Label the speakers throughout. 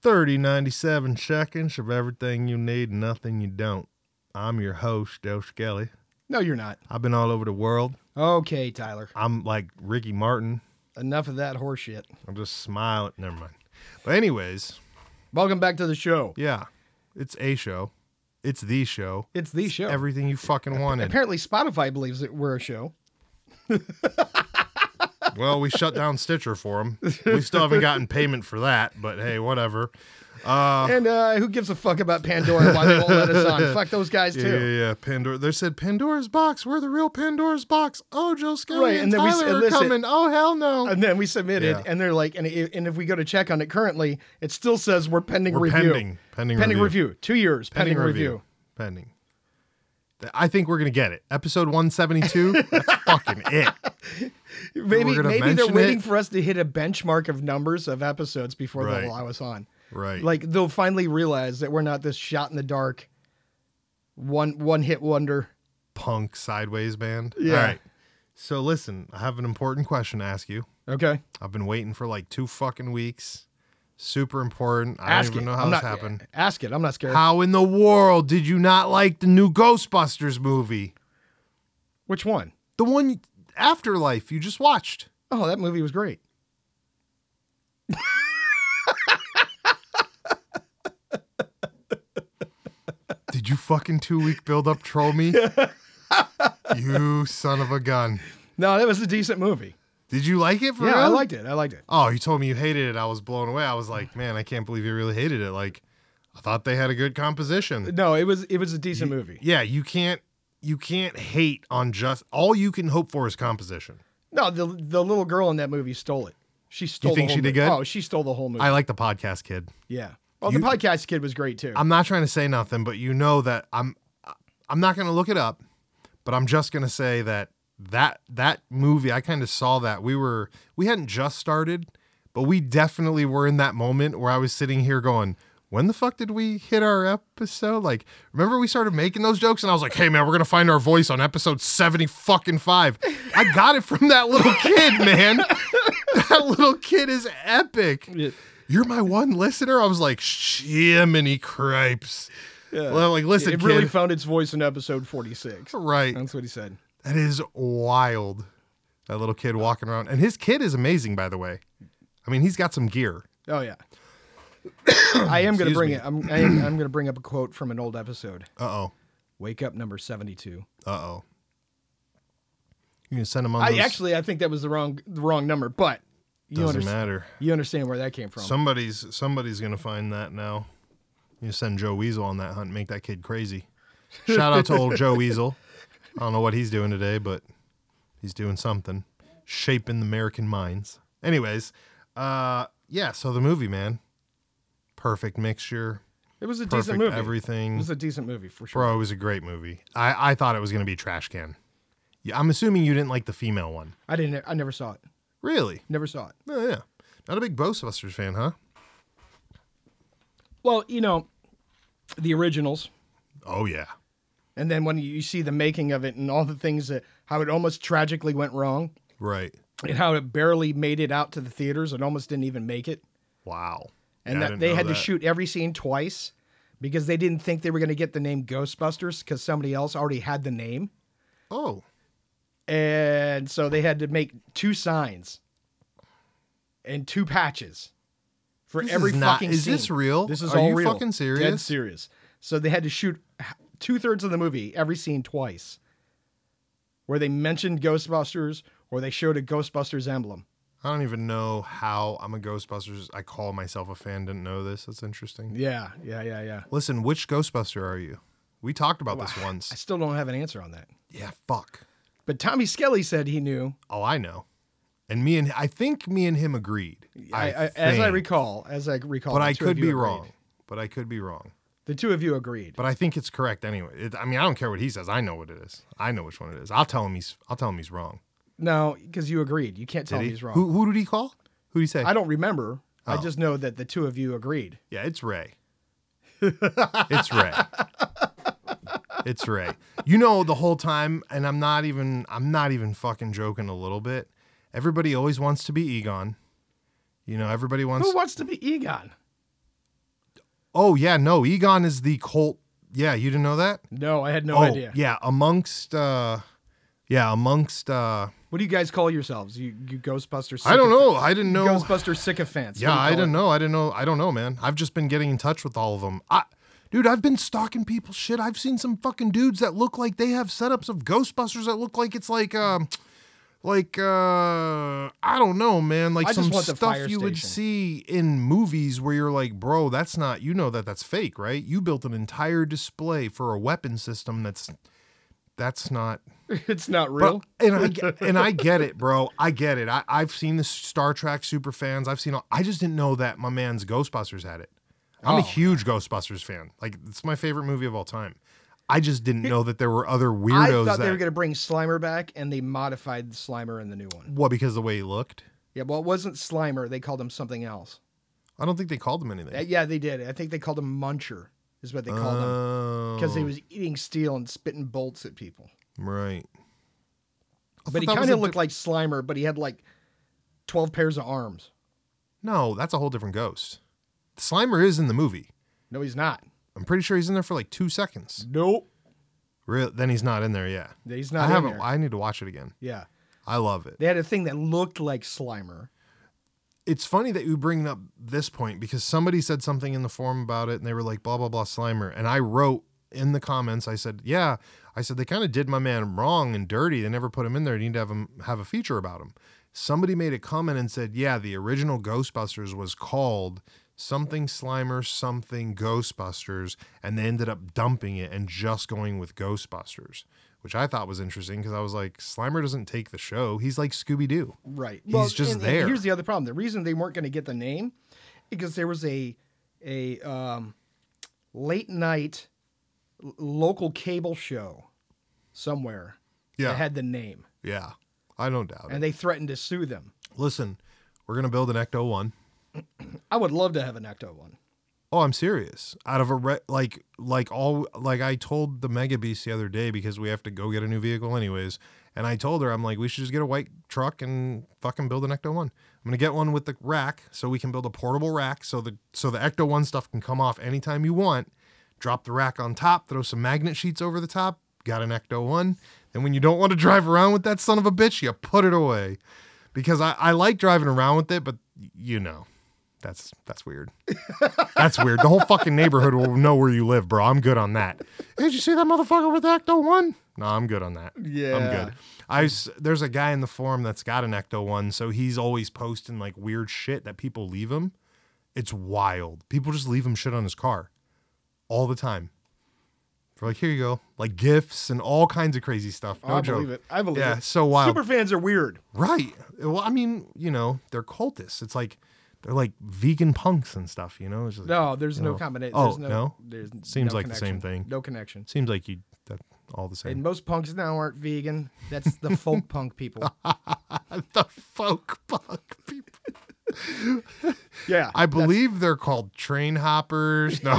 Speaker 1: 30, 97 seconds of everything you need and nothing you don't. I'm your host, Joe Skelly.
Speaker 2: No, you're not.
Speaker 1: I've been all over the world.
Speaker 2: Okay, Tyler.
Speaker 1: I'm like Ricky Martin.
Speaker 2: Enough of that horseshit.
Speaker 1: I'm just smiling. Never mind. But, anyways,
Speaker 2: Welcome back to the show.
Speaker 1: yeah, it's a show. It's the show.
Speaker 2: It's the show.
Speaker 1: Everything you fucking wanted.
Speaker 2: Apparently, Spotify believes that we're a show.
Speaker 1: well, we shut down Stitcher for them. We still haven't gotten payment for that, but hey, whatever. Uh,
Speaker 2: And uh, who gives a fuck about Pandora and why they won't let us on? Fuck those guys
Speaker 1: yeah, yeah,
Speaker 2: too.
Speaker 1: yeah. Pandora. They said Pandora's box. We're the real Pandora's box. Oh, Joe Skelly
Speaker 2: Right,
Speaker 1: and,
Speaker 2: and then we s-
Speaker 1: Tyler
Speaker 2: and
Speaker 1: are
Speaker 2: listen-
Speaker 1: coming. Oh, hell no.
Speaker 2: And then we submitted,
Speaker 1: Yeah.
Speaker 2: and they're like, and, i and if we go to check on it currently, it still says we're pending
Speaker 1: We're
Speaker 2: review.
Speaker 1: pending, pending,
Speaker 2: Pending
Speaker 1: review.
Speaker 2: review. Two years. Pending, review.
Speaker 1: Pending. Th- I think we're gonna get it. Episode 172. that's fucking it.
Speaker 2: Maybe
Speaker 1: gonna
Speaker 2: maybe they're
Speaker 1: mention
Speaker 2: waiting
Speaker 1: it.
Speaker 2: for us to hit a benchmark of numbers of episodes before
Speaker 1: Right.
Speaker 2: they'll allow us on.
Speaker 1: Right.
Speaker 2: Like they'll finally realize that we're not this shot in the dark, one one hit wonder.
Speaker 1: punk sideways band.
Speaker 2: Yeah.
Speaker 1: All right. So listen, I have an important question to ask you.
Speaker 2: Okay,
Speaker 1: I've been waiting for like two fucking weeks. Super important. I
Speaker 2: ask
Speaker 1: don't even
Speaker 2: it.
Speaker 1: know how
Speaker 2: I'm
Speaker 1: this
Speaker 2: not,
Speaker 1: happened.
Speaker 2: Ask it. I'm not scared.
Speaker 1: How in the world did you not like the new Ghostbusters movie?
Speaker 2: Which one?
Speaker 1: The one Afterlife you just watched.
Speaker 2: Oh, that movie was great.
Speaker 1: Did you fucking two week build up troll me? you son of a gun.
Speaker 2: No, that was a decent movie.
Speaker 1: Did you like it for
Speaker 2: yeah,
Speaker 1: real?
Speaker 2: I liked it. I liked it.
Speaker 1: Oh, you told me you hated it. I was blown away. I was like, man, I can't believe you really hated it. Like, I thought they had a good composition.
Speaker 2: No, it was it was a decent movie.
Speaker 1: Yeah, you can't you can't hate on just all you can hope for is composition.
Speaker 2: No, the the little girl in that movie stole it. She stole.
Speaker 1: think
Speaker 2: the
Speaker 1: she
Speaker 2: whole
Speaker 1: did
Speaker 2: movie.
Speaker 1: good?
Speaker 2: Oh, she stole the whole movie.
Speaker 1: I like the podcast kid.
Speaker 2: yeah. Well,
Speaker 1: You-
Speaker 2: the podcast kid was great too.
Speaker 1: I'm not trying to say nothing, but you know that I'm I'm not going to look it up, but I'm just going to say that that that movie I kind of saw that we were we hadn't just started, but we definitely were in that moment where I was sitting here going, when the fuck did we hit our episode? Like, remember we started making those jokes and I was like, "Hey man, we're going to find our voice on episode 70 fucking 5." I got it from that little kid, man. that little kid is epic.
Speaker 2: Yeah.
Speaker 1: You're my one listener. I was like, "Shimmy cripes."
Speaker 2: Yeah.
Speaker 1: Well, like, listen,
Speaker 2: it really
Speaker 1: kid.
Speaker 2: found its voice in episode 46.
Speaker 1: right.
Speaker 2: That's what he said.
Speaker 1: That is wild. That little kid walking around, and his kid is amazing, by the way. I mean, he's got some gear.
Speaker 2: Oh yeah. I am
Speaker 1: Excuse
Speaker 2: going to bring
Speaker 1: me.
Speaker 2: it. I'm, I am, I'm going to bring up a quote from an old episode.
Speaker 1: Uh oh.
Speaker 2: Wake up, number seventy-two.
Speaker 1: Uh oh. You can send him on.
Speaker 2: I
Speaker 1: those-
Speaker 2: actually, I think that was the wrong, the wrong number, but you
Speaker 1: doesn't
Speaker 2: understand.
Speaker 1: matter.
Speaker 2: You understand where that came from.
Speaker 1: Um, Somebody's somebody's gonna find that now. You send Joe Weasel on that hunt, make that kid crazy. Shout out to old Joe Weasel. I don't know what he's doing today, but he's doing something, shaping the American minds. Anyways, uh, yeah. So the movie, man, perfect mixture,
Speaker 2: it was a decent
Speaker 1: perfect
Speaker 2: movie. It
Speaker 1: everything.
Speaker 2: was a decent movie for sure.
Speaker 1: Bro, it was a great movie. I, I thought it was gonna be trash can. Yeah, I'm assuming you didn't like the female one.
Speaker 2: I didn't. I never saw it.
Speaker 1: Really?
Speaker 2: Never saw it.
Speaker 1: Oh, yeah. Not a big Ghostbusters fan, huh?
Speaker 2: Well, you know, the originals,
Speaker 1: Oh yeah.
Speaker 2: and then when you see the making of it and all the things that how it almost tragically went wrong,
Speaker 1: Right.
Speaker 2: and how it barely made it out to the theaters and almost didn't even make it.
Speaker 1: Wow. Yeah,
Speaker 2: and
Speaker 1: I
Speaker 2: that
Speaker 1: didn't
Speaker 2: they
Speaker 1: know
Speaker 2: had
Speaker 1: that.
Speaker 2: to shoot every scene twice because they didn't think they were going to get the name Ghostbusters because somebody else already had the name,
Speaker 1: Oh,
Speaker 2: and so they had to make two signs and two patches for
Speaker 1: This
Speaker 2: every
Speaker 1: is not-
Speaker 2: fucking.
Speaker 1: is this
Speaker 2: scene.
Speaker 1: real?
Speaker 2: This is
Speaker 1: Are
Speaker 2: all
Speaker 1: you
Speaker 2: real.
Speaker 1: fucking
Speaker 2: Dead
Speaker 1: serious?
Speaker 2: serious. So they had to shoot two thirds of the movie every scene twice, where they mentioned Ghostbusters or they showed a Ghostbusters emblem.
Speaker 1: I don't even know how I'm a Ghostbusters. I call myself a fan. Didn't know this. That's interesting.
Speaker 2: Yeah, yeah, yeah, yeah.
Speaker 1: Listen, which Ghostbuster are you? We talked about this
Speaker 2: I
Speaker 1: once.
Speaker 2: still don't have an answer on that.
Speaker 1: Yeah, fuck.
Speaker 2: But Tommy Skelly said he knew
Speaker 1: Oh, I know. And me and I think me and him agreed.
Speaker 2: I, I, as I
Speaker 1: think.
Speaker 2: recall, as I recall,
Speaker 1: but
Speaker 2: the
Speaker 1: I
Speaker 2: two of
Speaker 1: could
Speaker 2: you
Speaker 1: be
Speaker 2: agreed.
Speaker 1: wrong. But I could be wrong.
Speaker 2: The two of you agreed.
Speaker 1: But I think it's correct anyway. It, I mean, I don't care what he says. I know what it is. I know which one it is. I'll tell him he's. I'll tell him he's wrong.
Speaker 2: No, because you agreed. You can't tell
Speaker 1: Did
Speaker 2: me
Speaker 1: he?
Speaker 2: he's wrong.
Speaker 1: Who, who did he call? Who did he say?
Speaker 2: I don't remember. I
Speaker 1: Oh.
Speaker 2: just know that the two of you agreed.
Speaker 1: Yeah, it's Ray. it's Ray. It's Ray. You know the whole time, and I'm not even I'm not even fucking joking a little bit. Everybody always wants to be Egon. You know, everybody wants
Speaker 2: Who wants to be Egon?
Speaker 1: Oh yeah, no, Egon is the cult. Yeah, you didn't know that?
Speaker 2: No, I had no
Speaker 1: oh
Speaker 2: idea.
Speaker 1: yeah, amongst uh yeah, amongst uh
Speaker 2: What do you guys call yourselves? You, you Ghostbuster.
Speaker 1: I don't know. I didn't know.
Speaker 2: Ghostbuster sycophants.
Speaker 1: yeah, I didn't know. I didn't know. I don't know, man. I've just been getting in touch with all of them. I Dude, I've been stalking people shit. I've seen some fucking dudes that look like they have setups of Ghostbusters that look like it's like um like uh I don't know, man, like
Speaker 2: I just
Speaker 1: some
Speaker 2: want the
Speaker 1: stuff
Speaker 2: fire
Speaker 1: you would
Speaker 2: station.
Speaker 1: see in movies where you're like, "Bro, that's not you know that that's fake, right? You built an entire display for a weapon system that's that's not
Speaker 2: know. it's not
Speaker 1: Bro,
Speaker 2: real.
Speaker 1: and I get- and I get it, bro. I get it. I, I've seen the Star Trek super fans. I've seen. All, I just didn't know that my man's Ghostbusters had it. I'm
Speaker 2: Oh.
Speaker 1: a huge Ghostbusters fan. Like it's my favorite movie of all time. I just didn't know that there were other
Speaker 2: I
Speaker 1: weirdos
Speaker 2: thought
Speaker 1: that
Speaker 2: they were going to bring Slimer back, and they modified the Slimer in the new one.
Speaker 1: what because of the way he looked.
Speaker 2: Yeah, well, it wasn't Slimer. They called him something else.
Speaker 1: I don't think they called him
Speaker 2: Uh,
Speaker 1: anything.
Speaker 2: Yeah, they did. I think they called him Muncher, is what they called him. Because he was eating steel and spitting bolts at people.
Speaker 1: Oh, right. I
Speaker 2: But he
Speaker 1: thought that was
Speaker 2: kind of
Speaker 1: a
Speaker 2: looked
Speaker 1: di-
Speaker 2: like Slimer, but he had like 12 pairs of arms.
Speaker 1: no. That's a whole different ghost. Slimer is in the movie.
Speaker 2: No, he's not.
Speaker 1: I'm pretty sure he's in there for like two seconds.
Speaker 2: Nope.
Speaker 1: Real, then he's not in there. Yeah,
Speaker 2: He's not.
Speaker 1: I
Speaker 2: in
Speaker 1: haven't.
Speaker 2: there.
Speaker 1: I need to watch it again.
Speaker 2: Yeah.
Speaker 1: I love it.
Speaker 2: They had a thing that looked like Slimer.
Speaker 1: it's funny that you bring up this point because somebody said something in the forum about it and they were like blah blah blah slimer and i wrote in the comments i said yeah i said they kind of did my man wrong and dirty they never put him in there they need to have him have a feature about him somebody made a comment and said yeah the original ghostbusters was called something slimer something ghostbusters and they ended up dumping it and just going with ghostbusters which i thought was interesting because i was like slimer doesn't take the show he's like scooby-doo
Speaker 2: Right.
Speaker 1: He's just there.
Speaker 2: here's the other problem. The reason they weren't going to get the name, because there was a a um, late night l- local cable show somewhere
Speaker 1: yeah
Speaker 2: that had the name,
Speaker 1: yeah i don't doubt it
Speaker 2: and they threatened to sue them.
Speaker 1: listen, we're going to build an Ecto 1.
Speaker 2: I would love to have an Ecto one.
Speaker 1: Oh, I'm serious. Out of a re- like like all like I told the Mega Beast the other day because we have to go get a new vehicle anyways, and I told her I'm like we should just get a white truck and fucking build an Ecto 1. I'm going to get one with the rack so we can build a portable rack so the so the Ecto 1 stuff can come off anytime you want. Drop the rack on top, throw some magnet sheets over the top, got an Ecto 1. Then when you don't want to drive around with that son of a bitch, you put it away. Because I, I like driving around with it, but y- you know, that's that's weird. That's weird. The whole fucking neighborhood will know where you live, bro. I'm good on that. Hey, Did you see that motherfucker with the Ecto One? No, I'm good on that. I'm
Speaker 2: Yeah.
Speaker 1: good. I s- there's a guy in the forum that's got an Ecto One, so he's always posting like weird shit that people leave him. It's wild. People just leave him shit on his car all the time. They're like, here you go, like gifts and all kinds of crazy stuff. No
Speaker 2: Oh, I
Speaker 1: joke.
Speaker 2: believe it. I believe
Speaker 1: Yeah,
Speaker 2: it.
Speaker 1: so wild.
Speaker 2: Super fans are weird.
Speaker 1: Right. Well, I mean, you know, they're cultists. It's like they're like vegan punks and stuff. You know, it's just,
Speaker 2: No, there's no,
Speaker 1: No.
Speaker 2: combination.
Speaker 1: Oh,
Speaker 2: there's no,
Speaker 1: no?
Speaker 2: There's
Speaker 1: Seems
Speaker 2: no
Speaker 1: like the same
Speaker 2: connection.
Speaker 1: thing.
Speaker 2: No connection.
Speaker 1: seems like you that all the
Speaker 2: And
Speaker 1: same.
Speaker 2: most punks now aren't vegan. That's the folk punk people.
Speaker 1: the folk punk people.
Speaker 2: Yeah.
Speaker 1: I believe they're called train hoppers. No.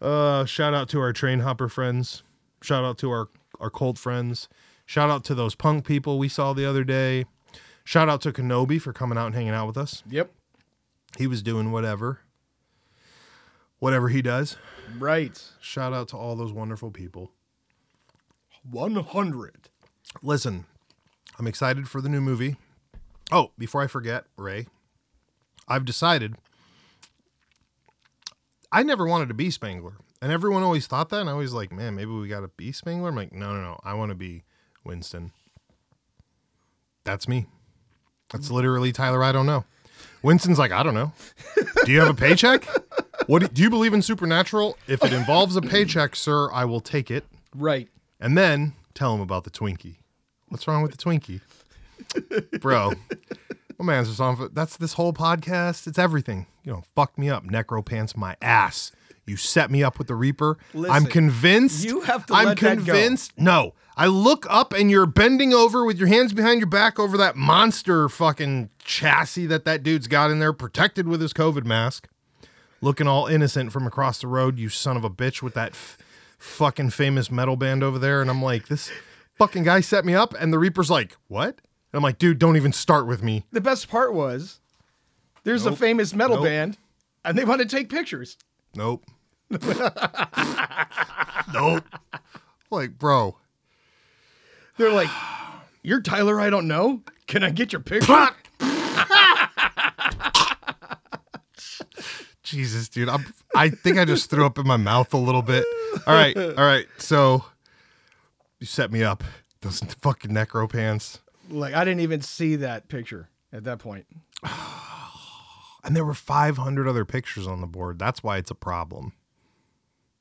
Speaker 1: uh, shout out to our train hopper friends. Shout out to our our cult friends. Shout out to those punk people we saw the other day. Shout out to Kenobi for coming out and hanging out with us.
Speaker 2: yep.
Speaker 1: He was doing whatever. Whatever he does.
Speaker 2: Right.
Speaker 1: Shout out to all those wonderful people.
Speaker 2: 100.
Speaker 1: Listen, I'm excited for the new movie. Oh, before I forget, Ray, I've decided I never wanted to be Spangler. And everyone always thought that. And I was like, man, maybe we got to be Spangler. I'm like, no, no, no. I want to be Winston. That's me. That's literally Tyler. I don't know. Winston's like, I don't know. Do you have a paycheck? What do, do you believe in supernatural? If it involves a paycheck, sir, I will take it.
Speaker 2: Right.
Speaker 1: And then tell him about the Twinkie. What's wrong with the Twinkie? Bro, my man's just on. That's this whole podcast. It's everything. You know, fuck me up, necro pants my ass. You set me up with the Reaper. I'm
Speaker 2: Listen,
Speaker 1: convinced.
Speaker 2: you have to
Speaker 1: I'm
Speaker 2: let that go.
Speaker 1: convinced. No, I look up and you're bending over with your hands behind your back over that monster fucking chassis that that dude's got in there, protected with his COVID mask looking all innocent from across the road, you son of a bitch with that f- fucking famous metal band over there. And I'm like, this fucking guy set me up. And the Reaper's like, what? And I'm like, dude, don't even start with me.
Speaker 2: The best part was there's a
Speaker 1: Nope.
Speaker 2: famous metal
Speaker 1: Nope.
Speaker 2: band. and they want to take pictures.
Speaker 1: Nope. nope. Like, bro.
Speaker 2: They're like, "You're Tyler. I don't know. Can I get your picture?"
Speaker 1: Fuck. Jesus, dude. I'm, I think I just threw up in my mouth a little bit. All right. All right. So you set me up. Those fucking necro pants.
Speaker 2: like I didn't even see that picture at that point.
Speaker 1: and there were 500 other pictures on the board that's why it's a problem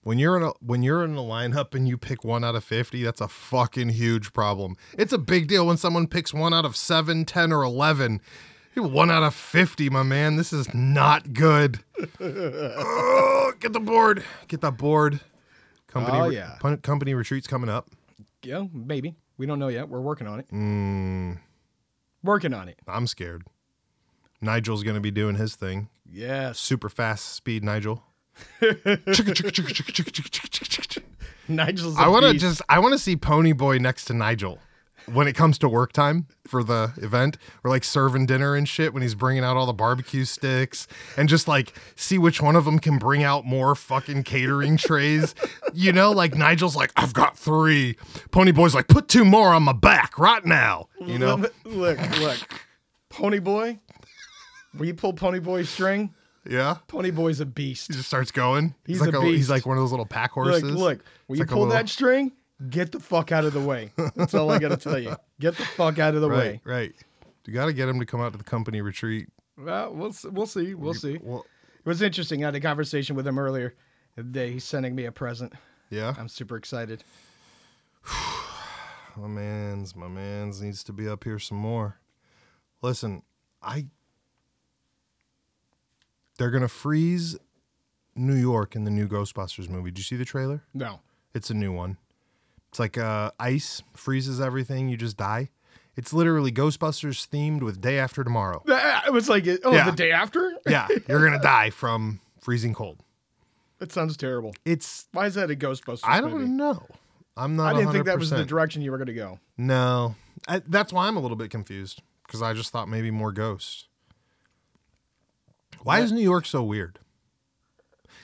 Speaker 1: when you're in a when you're in a lineup and you pick one out of 50 that's a fucking huge problem it's a big deal when someone picks one out of 7 10 or 11 You're one out of 50 my man this is not good oh, get the board get that board company
Speaker 2: Oh,
Speaker 1: re-
Speaker 2: yeah.
Speaker 1: pun- company retreats coming up
Speaker 2: Yeah, maybe. We don't know yet. We're working on it. Mm. Working on it.
Speaker 1: i'm scared nigel's gonna be doing his thing
Speaker 2: Yes.
Speaker 1: super fast speed nigel
Speaker 2: Nigel's.
Speaker 1: I
Speaker 2: want to
Speaker 1: just I want to see Pony Boy next to Nigel when it comes to work time for the event or like serving dinner and shit when he's bringing out all the barbecue sticks and just like see which one of them can bring out more fucking catering trays. You know, like Nigel's like I've got 3. Pony Boy's like put two more on my back right now, you know.
Speaker 2: look, look. Pony Boy. Will you pull Pony Boy's string?
Speaker 1: Yeah.
Speaker 2: Pony Boy's a beast.
Speaker 1: He just starts going. He's,
Speaker 2: He's
Speaker 1: like
Speaker 2: a
Speaker 1: he's
Speaker 2: beast.
Speaker 1: like one of those little pack horses.
Speaker 2: Look, look. Will
Speaker 1: It's
Speaker 2: you
Speaker 1: like a
Speaker 2: pull
Speaker 1: little-
Speaker 2: that string? Get the fuck out of the way. That's all I gotta tell you. Get the fuck out of the
Speaker 1: Right,
Speaker 2: way.
Speaker 1: right. You got to get him to come out to the company retreat.
Speaker 2: Well, we'll s- we'll see. We'll see. It
Speaker 1: Well,
Speaker 2: was interesting. I had a conversation with him earlier today. He's sending me a present.
Speaker 1: yeah.
Speaker 2: I'm super excited.
Speaker 1: My man's, my man's needs to be up here some more. Listen, I. They're gonna freeze New York in the new Ghostbusters movie. Did you see the trailer?
Speaker 2: No.
Speaker 1: It's a new one. It's like uh, ice freezes everything. You just die. It's literally Ghostbusters themed with Day After Tomorrow.
Speaker 2: It was like, oh,
Speaker 1: Yeah.
Speaker 2: the day after?
Speaker 1: Yeah, you're gonna die from freezing cold.
Speaker 2: That sounds terrible.
Speaker 1: It's
Speaker 2: Why is that a Ghostbusters
Speaker 1: I don't
Speaker 2: movie?
Speaker 1: know. I'm
Speaker 2: I
Speaker 1: not.
Speaker 2: didn't think that was the
Speaker 1: 100%.
Speaker 2: direction you were going to go.
Speaker 1: No, I, that's why I'm a little bit confused because I just thought maybe more ghosts. Why is New York so weird?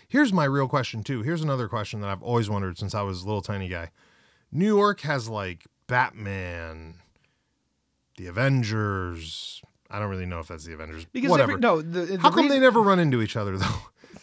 Speaker 1: Here's my real question too. Here's another question that I've always wondered since I was a little tiny guy. New York has like Batman, the Avengers. I don't really know if that's the Avengers.
Speaker 2: Because
Speaker 1: whatever.
Speaker 2: every, no, the, the
Speaker 1: How come they
Speaker 2: reason-
Speaker 1: never run into each other though?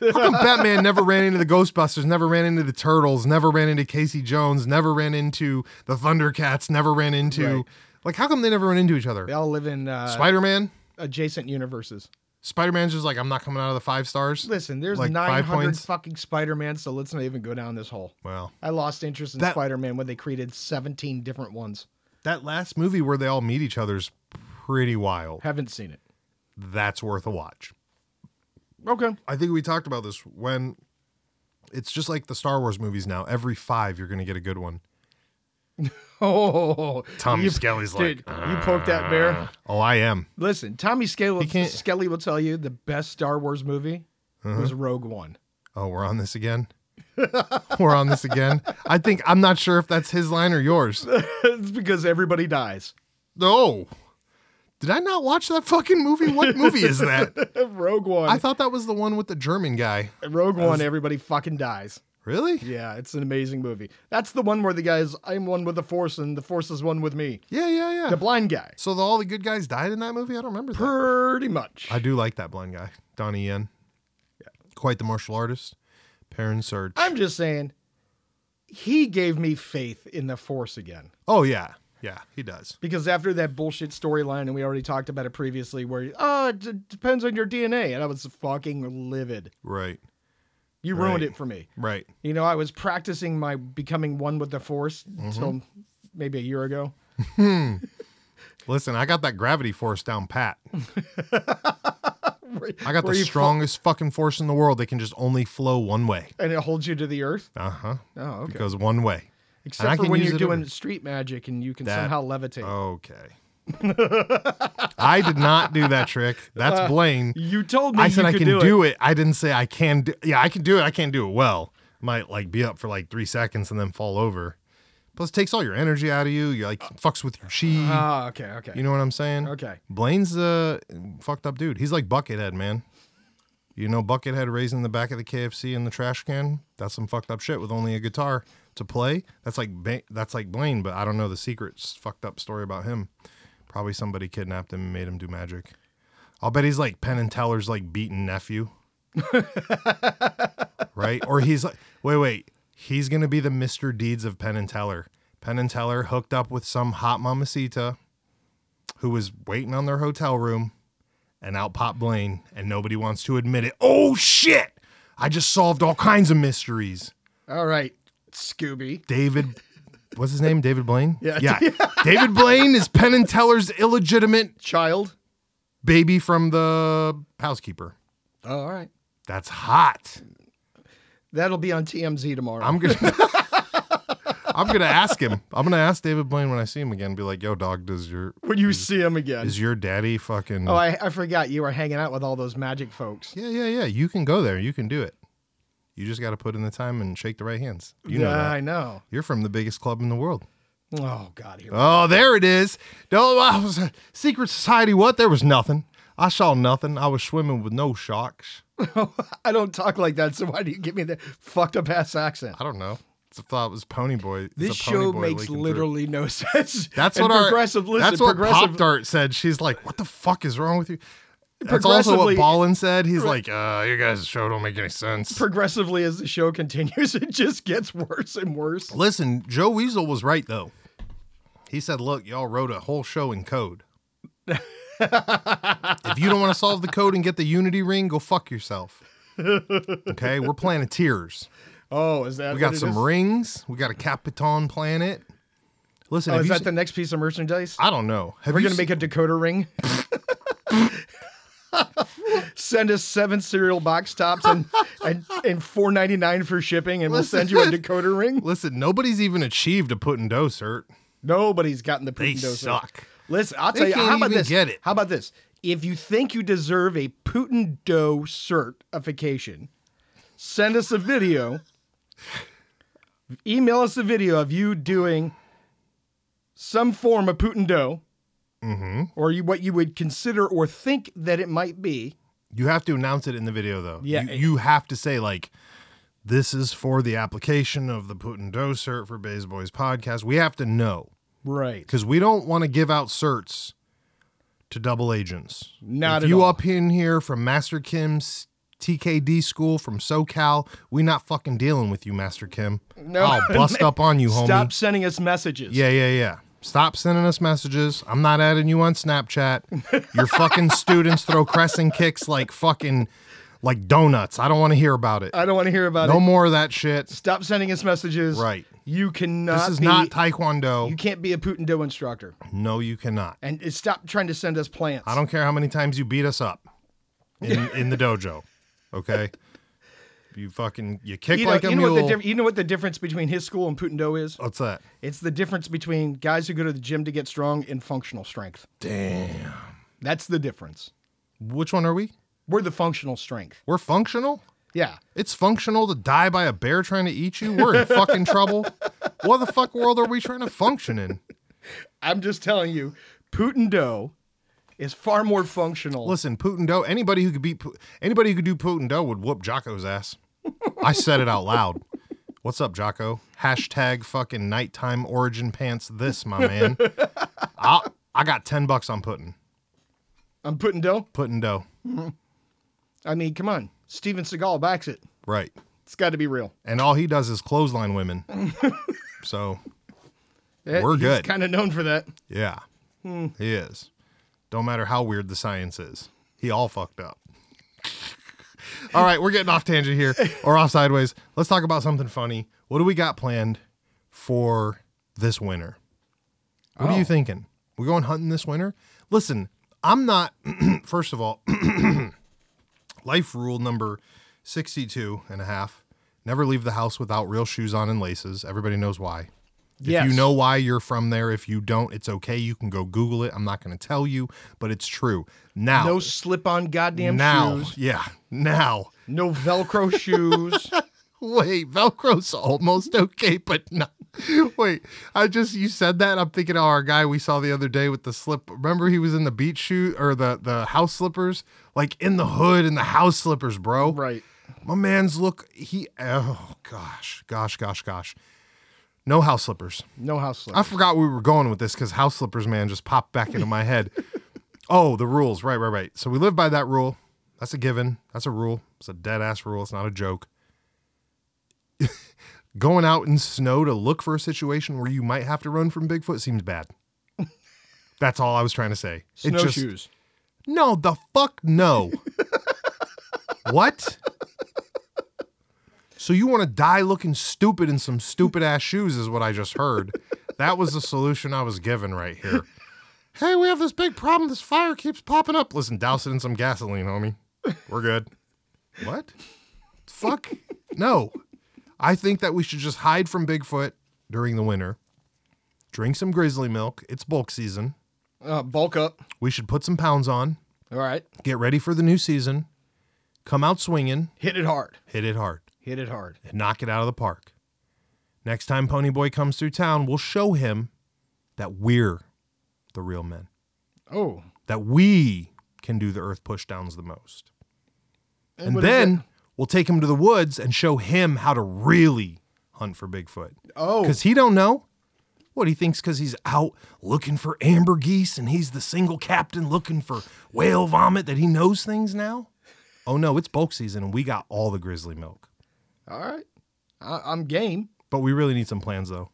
Speaker 1: How come Batman never ran into the Ghostbusters, never ran into the Turtles, never ran into Casey Jones, never ran into the Thundercats, never ran into
Speaker 2: Right.
Speaker 1: like how come they never run into each other?
Speaker 2: they all live in uh,
Speaker 1: Spider Man?
Speaker 2: adjacent universes.
Speaker 1: Spider Man's just like I'm not coming out of the five stars.
Speaker 2: Listen, there's
Speaker 1: Like five
Speaker 2: 900
Speaker 1: points?
Speaker 2: fucking Spider-Man, so let's not even go down this hole.
Speaker 1: Well,
Speaker 2: I lost interest in
Speaker 1: That-
Speaker 2: Spider-Man when they created 17 different ones.
Speaker 1: that last movie where they all meet each other's pretty wild.
Speaker 2: Haven't seen it.
Speaker 1: That's worth a watch.
Speaker 2: Okay.
Speaker 1: I think we talked about this when it's just like the Star Wars movies now. Every five, you're going to get a good one.
Speaker 2: Oh,
Speaker 1: Tom
Speaker 2: you,
Speaker 1: Skelly's
Speaker 2: dude,
Speaker 1: like,
Speaker 2: you poked that bear.
Speaker 1: oh, I am.
Speaker 2: Listen, Tommy Skelly,
Speaker 1: can't- Uh-huh.
Speaker 2: Skelly will tell you the best Star Wars movie was Rogue One.
Speaker 1: Oh, we're on this again. we're on this again. I think I'm not sure if that's his line or yours.
Speaker 2: it's because everybody dies.
Speaker 1: No. Did I not watch that fucking movie? What movie is that?
Speaker 2: Rogue One.
Speaker 1: I thought that was the one with the German guy.
Speaker 2: Rogue One, everybody fucking dies.
Speaker 1: Really?
Speaker 2: Yeah, it's an amazing movie. That's the one where the guy's I'm one with the force and the force is one with me.
Speaker 1: Yeah, yeah,
Speaker 2: The
Speaker 1: yeah.
Speaker 2: blind guy.
Speaker 1: So the, all the good guys died in that movie? I don't remember that.
Speaker 2: Pretty much.
Speaker 1: I do like that blind guy, Donnie Yen. Quite the martial artist. Parents are.
Speaker 2: I'm just saying he gave me faith in the force again.
Speaker 1: Oh, yeah. Yeah, he does.
Speaker 2: Because after that bullshit storyline, and we already talked about it previously, where oh it d- depends on your DNA, and I was fucking livid.
Speaker 1: Right.
Speaker 2: You ruined
Speaker 1: Right.
Speaker 2: it for me.
Speaker 1: Right.
Speaker 2: You know, I was practicing my becoming one with the force
Speaker 1: Mm-hmm.
Speaker 2: until maybe a year ago.
Speaker 1: Listen, I got that gravity force down pat. I got
Speaker 2: Where
Speaker 1: the
Speaker 2: you
Speaker 1: strongest fucking force in the world that can just only flow one way.
Speaker 2: and it holds you to the earth.
Speaker 1: Uh huh.
Speaker 2: Oh, okay.
Speaker 1: It goes one way. I
Speaker 2: Except for
Speaker 1: can
Speaker 2: when
Speaker 1: use
Speaker 2: you're
Speaker 1: it
Speaker 2: doing
Speaker 1: every-
Speaker 2: street magic and you can
Speaker 1: That- oh.
Speaker 2: somehow levitate.
Speaker 1: Okay. I did not do that trick. That's Blaine.
Speaker 2: Uh, you told me
Speaker 1: I said
Speaker 2: you
Speaker 1: I
Speaker 2: could
Speaker 1: can
Speaker 2: do,
Speaker 1: do, it. I didn't say I can do. Yeah, I can do it. I can't do it well. Might like be up for like three seconds and then fall over. Plus, it takes all your energy out of you. You like fucks with your chi.
Speaker 2: Ah, okay, okay.
Speaker 1: you know what I'm saying?
Speaker 2: Okay.
Speaker 1: Blaine's a fucked up dude. He's like Buckethead, man. You know, Buckethead raising the back of the KFC in the trash can. That's some fucked up shit with only a guitar to play. That's like ba- that's like Blaine, but I don't know the secret s- fucked up story about him. Probably somebody kidnapped him and made him do magic. I'll bet he's like Penn and Teller's like beaten nephew, right? Or he's like, wait, wait, he's gonna be the Mister Deeds of Penn and Teller. Penn and Teller hooked up with some hot mamacita who was waiting on their hotel room and out popped Blaine, and nobody wants to admit it. Oh shit! I just solved all kinds of mysteries.
Speaker 2: All right, Scooby.
Speaker 1: David, what's his name? David Blaine?
Speaker 2: Yeah.
Speaker 1: Yeah. David Blaine is Penn and Teller's illegitimate
Speaker 2: Child.
Speaker 1: baby from the housekeeper.
Speaker 2: Oh, all right.
Speaker 1: That's hot.
Speaker 2: That'll be on TMZ tomorrow.
Speaker 1: I'm gonna I'm gonna ask him. I'm gonna ask David Blaine when I see him again. Be like, yo, dog, does your
Speaker 2: when you see him again.
Speaker 1: is your daddy fucking
Speaker 2: Oh, I, I forgot you were hanging out with all those magic folks.
Speaker 1: Yeah, yeah, yeah. You can go there. You can do it. You just gotta put in the time and shake the right hands. You know
Speaker 2: Yeah,
Speaker 1: that.
Speaker 2: I know.
Speaker 1: You're from the biggest club in the world.
Speaker 2: Oh God, here.
Speaker 1: Oh, there it is. No, I was secret society. What? There was nothing. I saw nothing. I was swimming with no sharks.
Speaker 2: I don't talk like that, so why do you give me that fucked up ass accent?
Speaker 1: I don't know. I thought it was Pony Boy. It's
Speaker 2: This
Speaker 1: a Pony
Speaker 2: show
Speaker 1: Boy
Speaker 2: makes
Speaker 1: leaking through.
Speaker 2: literally no sense.
Speaker 1: That's
Speaker 2: And
Speaker 1: what our
Speaker 2: progressive. Listen,
Speaker 1: That's what
Speaker 2: progressive.
Speaker 1: Pop Dart said. She's like, "What the fuck is wrong with you?" That's also
Speaker 2: Progressively-
Speaker 1: what Ballin said. He's like, "Uh, your guys' show don't make any sense."
Speaker 2: progressively, as the show continues, it just gets worse and worse.
Speaker 1: Listen, Joe Weasel was right though. He said, "Look, y'all wrote a whole show in code. if you don't want to solve the code and get the unity ring, go fuck yourself." Okay, we're planeteers.
Speaker 2: Oh, is that
Speaker 1: We
Speaker 2: what
Speaker 1: got
Speaker 2: it
Speaker 1: some
Speaker 2: is?
Speaker 1: rings. We got a Capitan planet. Listen,
Speaker 2: Oh,
Speaker 1: have
Speaker 2: is
Speaker 1: you
Speaker 2: that
Speaker 1: se-
Speaker 2: the next piece of merchandise?
Speaker 1: I don't know. Have
Speaker 2: We're
Speaker 1: you
Speaker 2: gonna
Speaker 1: se-
Speaker 2: make a decoder ring. send us seven cereal box tops and and, and four ninety nine for shipping, and we'll send you a decoder ring.
Speaker 1: Listen, nobody's even achieved a put and dough cert.
Speaker 2: Nobody's gotten the
Speaker 1: They
Speaker 2: Putin dose.
Speaker 1: suck.
Speaker 2: Listen, I'll
Speaker 1: They
Speaker 2: tell you.
Speaker 1: can't
Speaker 2: How about
Speaker 1: even
Speaker 2: this?
Speaker 1: get it.
Speaker 2: How about this? If you think you deserve a Putin dough certification, send us a video. Email us a video of you doing some form of Putin dough,
Speaker 1: Mm-hmm.
Speaker 2: or you, what you would consider or think that it might be.
Speaker 1: You have to announce it in the video, though.
Speaker 2: Yeah,
Speaker 1: You,
Speaker 2: it-
Speaker 1: you have to say, like, this is for the application of the Put and Dough cert for Bays Boys podcast. We have to know
Speaker 2: Right.
Speaker 1: because we don't want to give out certs to double agents.
Speaker 2: Not
Speaker 1: if
Speaker 2: at
Speaker 1: you
Speaker 2: all.
Speaker 1: up in here from Master Kim's TKD school from SoCal, we not fucking dealing with you, Master Kim.
Speaker 2: No.
Speaker 1: I'll bust up on you, homie.
Speaker 2: Stop sending us messages.
Speaker 1: Yeah, yeah, yeah. Stop sending us messages. I'm not adding you on Snapchat. Your fucking students throw crescent kicks like fucking like donuts. I don't want to hear about it.
Speaker 2: I don't want to hear about
Speaker 1: No
Speaker 2: it.
Speaker 1: more of that shit.
Speaker 2: Stop sending us messages.
Speaker 1: Right.
Speaker 2: You cannot.
Speaker 1: This is
Speaker 2: be-
Speaker 1: not
Speaker 2: You
Speaker 1: taekwondo.
Speaker 2: can't be a Putin dough instructor.
Speaker 1: No, you cannot.
Speaker 2: and it- stop trying to send us plants.
Speaker 1: I don't care how many times you beat us up in, in the dojo. Okay? You fucking you kick
Speaker 2: You know,
Speaker 1: like a
Speaker 2: you know what the
Speaker 1: mule.
Speaker 2: diff- you know what the difference between his school and Putin Do is?
Speaker 1: What's that?
Speaker 2: It's the difference between guys who go to the gym to get strong and functional strength.
Speaker 1: Damn.
Speaker 2: That's the difference.
Speaker 1: Which one are we?
Speaker 2: We're the functional strength.
Speaker 1: We're functional?
Speaker 2: Yeah.
Speaker 1: It's functional to die by a bear trying to eat you. We're in fucking trouble. What the fuck world are we trying to function in?
Speaker 2: I'm just telling you, Putin Do is far more functional.
Speaker 1: Listen, Putin Doe. Anybody who could beat Pu- anybody who could do Putin Doe would whoop Jocko's ass. I said it out loud. What's up, Jocko? Hashtag fucking nighttime origin pants. This my man. I I got ten bucks on Putin.
Speaker 2: I'm Um, Putin Do.
Speaker 1: Putin Doe.
Speaker 2: I mean, come on. Steven Seagal backs it.
Speaker 1: Right.
Speaker 2: It's got to be real.
Speaker 1: And all he does is clothesline women. So
Speaker 2: Eh,
Speaker 1: We're
Speaker 2: he's
Speaker 1: good.
Speaker 2: kind of known for that.
Speaker 1: Yeah. He is. Don't matter how weird the science is. He all fucked up. all right, we're getting off tangent here or off sideways. Let's talk about something funny. What do we got planned for this winter? What are you thinking? We're going hunting this winter? Listen, I'm not first of all life rule number 62 and a half. Never leave the house without real shoes on and laces. Everybody knows why.
Speaker 2: Yes.
Speaker 1: If you know why you're from there, if you don't, it's okay. You can go Google it. I'm not going to tell you, but it's true. Now,
Speaker 2: No slip on goddamn
Speaker 1: Oh. now,
Speaker 2: shoes.
Speaker 1: yeah, now.
Speaker 2: No Velcro shoes.
Speaker 1: Wait, Velcro's almost okay, but not Wait, I just you said that. and I'm thinking, oh, our guy we saw the other day with the slip. Remember, he was in the beach shoe or the the house slippers, like in the hood and the house slippers, bro.
Speaker 2: Right.
Speaker 1: My man's look. He. Oh gosh, gosh, gosh, gosh. No house slippers.
Speaker 2: No house
Speaker 1: I
Speaker 2: slip.
Speaker 1: forgot we were going with this because house slippers, man, just popped back into my head. oh, the rules. Right, right, right. So we live by that rule. That's a given. That's a rule. It's a dead ass rule. It's not a joke. going out in snow to look for a situation where you might have to run from Bigfoot seems bad. That's all I was trying to say. It just-
Speaker 2: Snowshoes.
Speaker 1: no, the fuck no. what? So you want to die looking stupid in some stupid ass shoes is what I just heard. That was the solution I was given right here. Hey, we have this big problem. This fire keeps popping up. Listen, douse it in some gasoline, homie. We're good. What? Fuck. No. I think that we should just hide from Bigfoot during the winter. Drink some grizzly milk. It's bulk season.
Speaker 2: Uh, bulk up.
Speaker 1: We should put some pounds on
Speaker 2: All right.
Speaker 1: get ready for the new season, come out swinging,
Speaker 2: Hit it hard.
Speaker 1: hit it hard,
Speaker 2: Hit it hard.
Speaker 1: and knock it out of the park. Next time Pony Boy comes through town, we'll show him that we're the real men,
Speaker 2: Oh.
Speaker 1: that we can do the earth pushdowns the most. And
Speaker 2: what is
Speaker 1: then we'll take him to the woods and show him how to really hunt for Bigfoot.
Speaker 2: it? Oh.
Speaker 1: Because he don't know. What he thinks because he's out looking for amber geese and he's the single captain looking for whale vomit that he knows things now? Oh no, it's bulk season and we got all the grizzly milk.
Speaker 2: All right. I- I'm game.
Speaker 1: But we really need some plans though.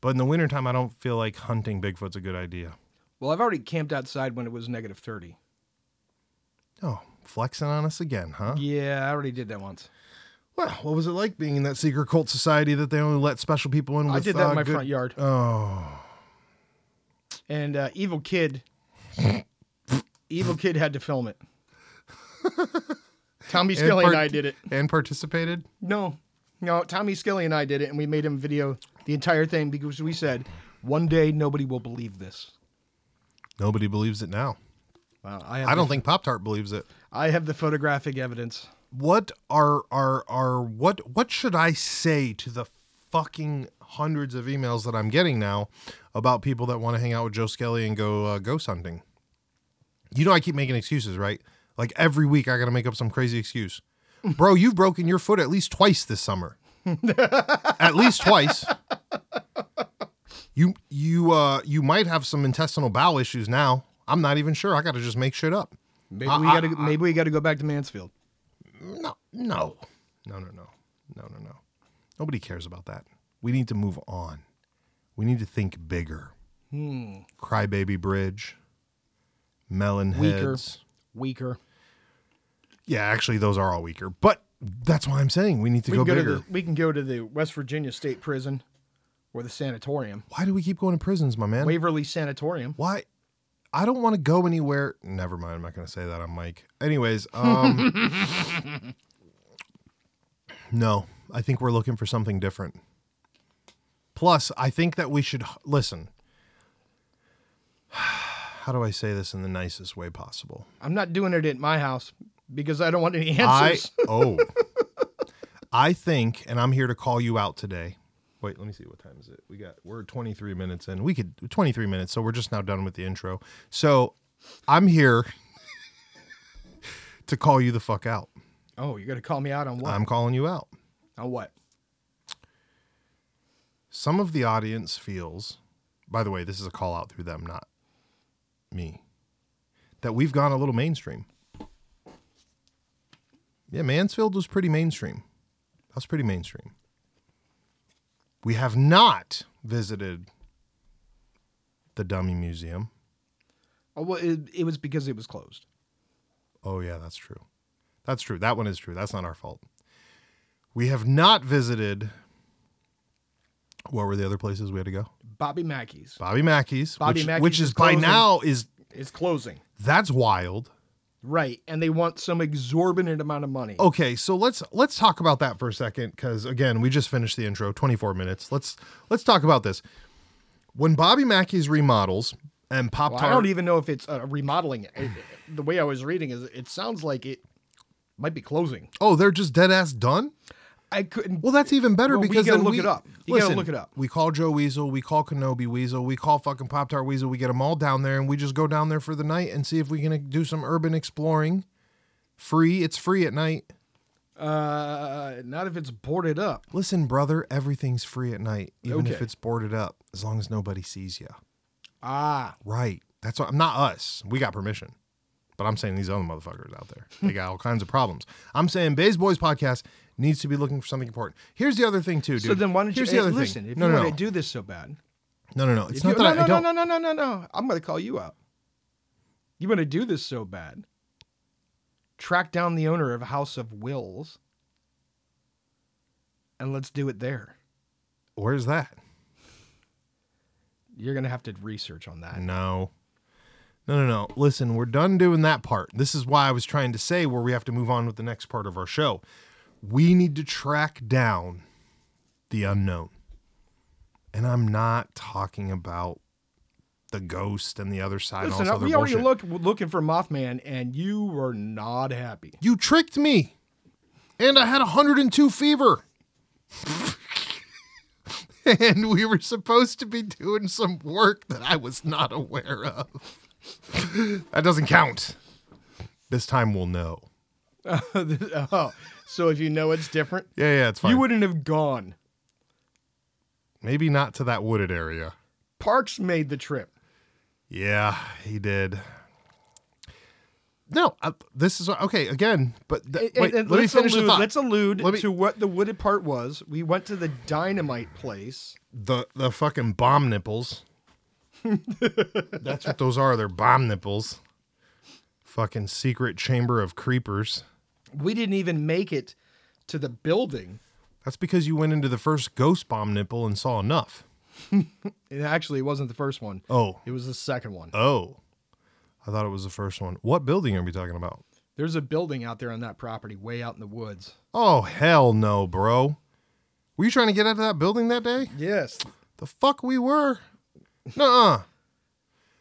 Speaker 1: But in the wintertime, I don't feel like hunting Bigfoot's a good idea.
Speaker 2: Well, I've already camped outside when it was negative 30.
Speaker 1: Oh, flexing on us again, huh?
Speaker 2: Yeah, I already did that once.
Speaker 1: Well, what was it like being in that secret cult society that they only let special people in with
Speaker 2: I did
Speaker 1: uh,
Speaker 2: that in my
Speaker 1: good-
Speaker 2: front yard.
Speaker 1: Oh,
Speaker 2: And uh, Evil Kid. Evil Kid had to film it. Tommy Skilly and
Speaker 1: part-
Speaker 2: I did it.
Speaker 1: and participated?
Speaker 2: No, no. Tommy Skilly and I did it, and we made him video the entire thing because we said one day nobody will believe this.
Speaker 1: Nobody believes it now.
Speaker 2: Wow, I have
Speaker 1: I don't think Pop Tart believes it.
Speaker 2: I have the photographic evidence.
Speaker 1: what are are are what what should I say to the fucking hundreds of emails that I'm getting now about people that want to hang out with Joe Skelly and go uh, ghost hunting? You know, I keep making excuses, right? Like every week, I got to make up some crazy excuse. Bro, you've broken your foot at least twice this summer. at least twice. You you uh you might have some intestinal bowel issues now. I'm not even sure. I got to just make shit up.
Speaker 2: Maybe we got to maybe we got to go back to Mansfield.
Speaker 1: No, no, no, no, no, no, no, no. Nobody cares about that. We need to move on. We need to think bigger.
Speaker 2: Hmm.
Speaker 1: Crybaby Bridge, Melon
Speaker 2: Weaker.
Speaker 1: Heads.
Speaker 2: Weaker.
Speaker 1: Yeah, actually, those are all weaker. But that's why I'm saying we need to
Speaker 2: We
Speaker 1: go
Speaker 2: can go
Speaker 1: bigger.
Speaker 2: to the, we can go to the West Virginia State Prison or the sanatorium,
Speaker 1: Why do we keep going to prisons, my man?
Speaker 2: Waverly Sanatorium.
Speaker 1: Why? I don't want to go anywhere. Never mind. I'm not going to say that on mic. Anyways, um, no, I think we're looking for something different. Plus, I think that we should listen. How do I say this in the nicest way possible?
Speaker 2: I'm not doing it at my house because I don't want any
Speaker 1: I
Speaker 2: answers.
Speaker 1: oh, I think, and I'm here to call you out today. Wait, let me see what time is it. We got we're 23 minutes in. We could 23 minutes, so we're just now done with the intro. So I'm here to call you the fuck out.
Speaker 2: oh, you're gonna call me out on what?
Speaker 1: I'm calling you out.
Speaker 2: on what?
Speaker 1: Some of the audience feels, by the way, this is a call out through them, not me, that we've gone a little mainstream. Yeah, Mansfield was pretty mainstream. That was pretty mainstream. We have not visited the Dummy Museum.
Speaker 2: Oh, well, it, it was because it was closed.
Speaker 1: Oh, yeah, that's true. That's true. That one is true. That's not our fault. We have not visited. What were the other places we had to go?
Speaker 2: Bobby Mackey's
Speaker 1: Bobby Mackey's,
Speaker 2: Bobby
Speaker 1: which,
Speaker 2: Mackey's
Speaker 1: which
Speaker 2: is
Speaker 1: is, by
Speaker 2: closing.
Speaker 1: now is
Speaker 2: is closing.
Speaker 1: that's wild.
Speaker 2: Right, and they want some exorbitant amount of money.
Speaker 1: Okay, so let's let's talk about that for a second because again, we just finished the intro, 24 minutes. Let's let's talk about this. When Bobby Mackey's remodels and Pop
Speaker 2: Well,
Speaker 1: Tart,
Speaker 2: I don't even know if it's uh, remodeling. It- it- the way I was reading is, it sounds like it might be closing.
Speaker 1: oh, they're just dead ass done.
Speaker 2: I couldn't.
Speaker 1: Well, that's even better
Speaker 2: Well, we
Speaker 1: because
Speaker 2: gotta
Speaker 1: then
Speaker 2: look
Speaker 1: we,
Speaker 2: it up. You gotta
Speaker 1: listen,
Speaker 2: look it up.
Speaker 1: We call Joe Weasel, we call Kenobi Weasel, we call fucking Pop Tart Weasel. We get them all down there, and we just go down there for the night and see if we can do some urban exploring. Free, it's free at night.
Speaker 2: Uh, not if it's boarded up.
Speaker 1: Listen, brother, everything's free at night, even if
Speaker 2: Okay.
Speaker 1: it's boarded up, as long as nobody sees you.
Speaker 2: Ah,
Speaker 1: Right. That's what, not us. We got permission. But I'm saying these other motherfuckers out there, they got all kinds of problems. I'm saying Bays Boys podcast needs to be looking for something important. Here's the other thing too, dude.
Speaker 2: so then why don't you
Speaker 1: Here's the
Speaker 2: hey,
Speaker 1: other
Speaker 2: listen?
Speaker 1: thing.
Speaker 2: If
Speaker 1: no,
Speaker 2: you
Speaker 1: no,
Speaker 2: want
Speaker 1: no.
Speaker 2: to do this so bad,
Speaker 1: no, no, no. It's
Speaker 2: if
Speaker 1: not
Speaker 2: you,
Speaker 1: that
Speaker 2: no,
Speaker 1: I,
Speaker 2: no,
Speaker 1: I don't.
Speaker 2: no, no, no, no, no, no. I'm gonna call you out. You want to do this so bad? Track down the owner of House of Wills, and let's do it there.
Speaker 1: Where's that?
Speaker 2: You're gonna have to research on that.
Speaker 1: No. No, no, no. Listen, we're done doing that part. This is why I was trying to say where we have to move on with the next part of our show. We need to track down the unknown. And I'm not talking about the ghost and the other side and all
Speaker 2: Listen,
Speaker 1: this
Speaker 2: I-
Speaker 1: other
Speaker 2: we already
Speaker 1: bullshit.
Speaker 2: looked looking for Mothman, and you were not happy.
Speaker 1: you tricked me. And I had 102 fever. and we were supposed to be doing some work that I was not aware of. that doesn't count. This time we'll know.
Speaker 2: oh, so if you know it's different,
Speaker 1: Yeah, yeah, it's fine.
Speaker 2: you wouldn't have gone.
Speaker 1: Maybe not to that wooded area.
Speaker 2: Parks made the trip.
Speaker 1: Yeah, he did. No, I, this is okay again. But th-
Speaker 2: And-
Speaker 1: wait,
Speaker 2: and
Speaker 1: let me
Speaker 2: let's
Speaker 1: finish
Speaker 2: allude,
Speaker 1: the thought.
Speaker 2: Let's allude
Speaker 1: Let me-
Speaker 2: to what the wooded part was. We went to the dynamite place.
Speaker 1: the the fucking bomb nipples. That's what those are. They're bomb nipples. Fucking secret chamber of creepers.
Speaker 2: We didn't even make it to the building.
Speaker 1: That's because you went into the first ghost bomb nipple and saw enough.
Speaker 2: It actually wasn't the first one.
Speaker 1: Oh,
Speaker 2: It was the second one.
Speaker 1: oh. I thought it was the first one. What building are we talking about?
Speaker 2: There's a building out there on that property, way out in the woods.
Speaker 1: Oh, hell no, bro. Were you trying to get out of that building that day?
Speaker 2: Yes.
Speaker 1: The fuck we were? Nuh uh.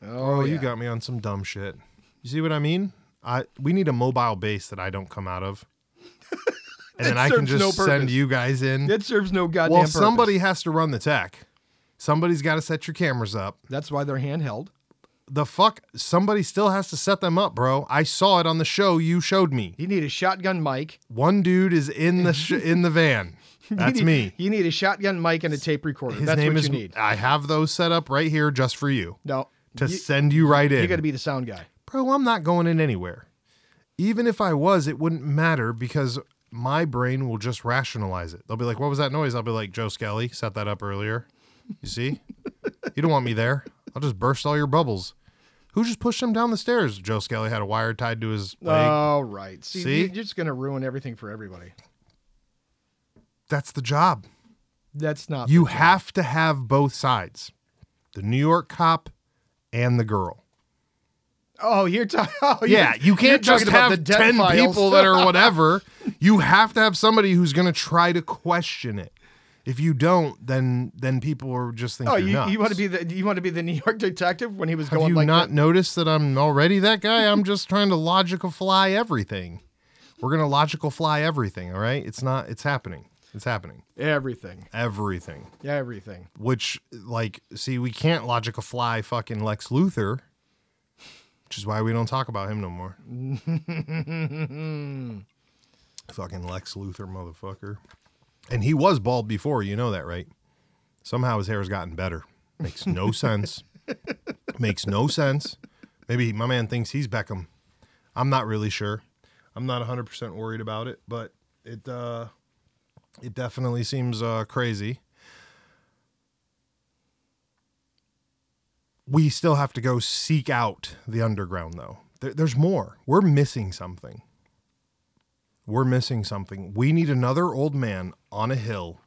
Speaker 2: Oh,
Speaker 1: Oh, you
Speaker 2: yeah.
Speaker 1: got me on some dumb shit. You see what I mean? I we need a mobile base that I don't come out of, and then
Speaker 2: It
Speaker 1: I can
Speaker 2: serves no
Speaker 1: just send
Speaker 2: purpose.
Speaker 1: you guys in.
Speaker 2: That serves no goddamn
Speaker 1: well,
Speaker 2: purpose.
Speaker 1: somebody has to run the tech. Somebody's got to set your cameras up.
Speaker 2: That's why they're handheld.
Speaker 1: The fuck, somebody still has to set them up, bro. I saw it on the show you showed me.
Speaker 2: You need a shotgun mic.
Speaker 1: One dude is in the sh- in the van. That's
Speaker 2: you need,
Speaker 1: me.
Speaker 2: You need a shotgun mic and a tape recorder.
Speaker 1: His
Speaker 2: That's
Speaker 1: name
Speaker 2: what
Speaker 1: is.
Speaker 2: you need.
Speaker 1: I have those set up right here just for you
Speaker 2: No,
Speaker 1: to
Speaker 2: you,
Speaker 1: send you right in.
Speaker 2: you got to be the sound guy.
Speaker 1: bro, I'm not going in anywhere. Even if I was, it wouldn't matter because my brain will just rationalize it. They'll be like, what was that noise? I'll be like, Joe Skelly, set that up earlier. You see? you don't want me there. I'll just burst all your bubbles. Who just pushed him down the stairs? Joe Skelly had a wire tied to his leg.
Speaker 2: All right. See,
Speaker 1: See?
Speaker 2: you're just gonna ruin everything for everybody.
Speaker 1: That's the job.
Speaker 2: That's not.
Speaker 1: You have to have both sides the New York cop and the girl.
Speaker 2: oh, you're talking. Oh, you're-
Speaker 1: Yeah, you
Speaker 2: you're
Speaker 1: can't just
Speaker 2: talking about the
Speaker 1: have
Speaker 2: debt
Speaker 1: ten
Speaker 2: files.
Speaker 1: people that are whatever. you have to have somebody who's going to try to question it. If you don't, then then people are just thinking.
Speaker 2: Oh, you, you want to be the you want to be the New York detective when he was
Speaker 1: Have
Speaker 2: going
Speaker 1: you
Speaker 2: like
Speaker 1: not noticed that I'm already that guy? I'm just trying to logical fly everything. We're gonna logical fly everything. All right, it's not. It's happening. It's happening.
Speaker 2: that? everything,
Speaker 1: Everything.
Speaker 2: everything.
Speaker 1: Which, like, see, we can't logical fly fucking Lex Luthor, which is why we don't talk about him no more. fucking Lex Luthor motherfucker. And he was bald before, you know that, right? Somehow his hair has gotten better. Makes no sense. Makes no sense. Maybe my man thinks he's Beckham. I'm not really sure. I'm not 100% worried about it, but it uh it definitely seems uh crazy. We still have to go seek out the underground though. There, there's more. We're missing something we're missing something. We need another old man on a hill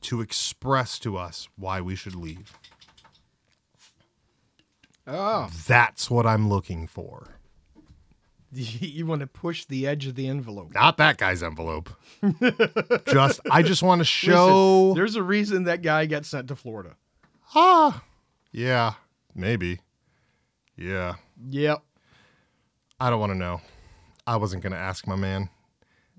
Speaker 1: to express to us why we should leave.
Speaker 2: Oh,
Speaker 1: That's what I'm looking for.
Speaker 2: you want to push the edge of the envelope.
Speaker 1: Not that guy's envelope. just I just want to
Speaker 2: Listen,
Speaker 1: show
Speaker 2: there's a reason that guy got sent to Florida.
Speaker 1: ah yeah, maybe. Yeah.
Speaker 2: Yep.
Speaker 1: I don't want to know. I wasn't going to ask my man.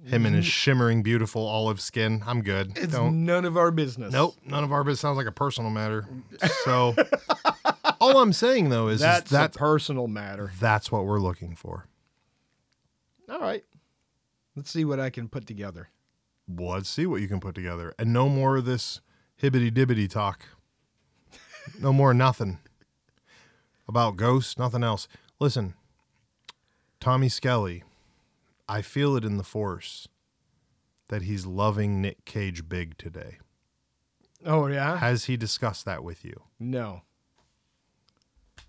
Speaker 1: Him and his shimmering, beautiful olive skin. I'm good.
Speaker 2: It's
Speaker 1: Don't.
Speaker 2: none of our business.
Speaker 1: Nope. None of our business. Sounds like a personal matter. So, all I'm saying though is, is
Speaker 2: That's,
Speaker 1: that's
Speaker 2: a personal matter.
Speaker 1: that's what we're looking for.
Speaker 2: All right. Let's see what I can put together.
Speaker 1: Well, let's see what you can put together, and no more of this hibbity dibbity talk. No more nothing about ghosts. Nothing else. Listen, Tommy Skelly. I feel it in the force that he's loving Nick Cage big today.
Speaker 2: Oh yeah?
Speaker 1: Has he discussed that with you?
Speaker 2: No.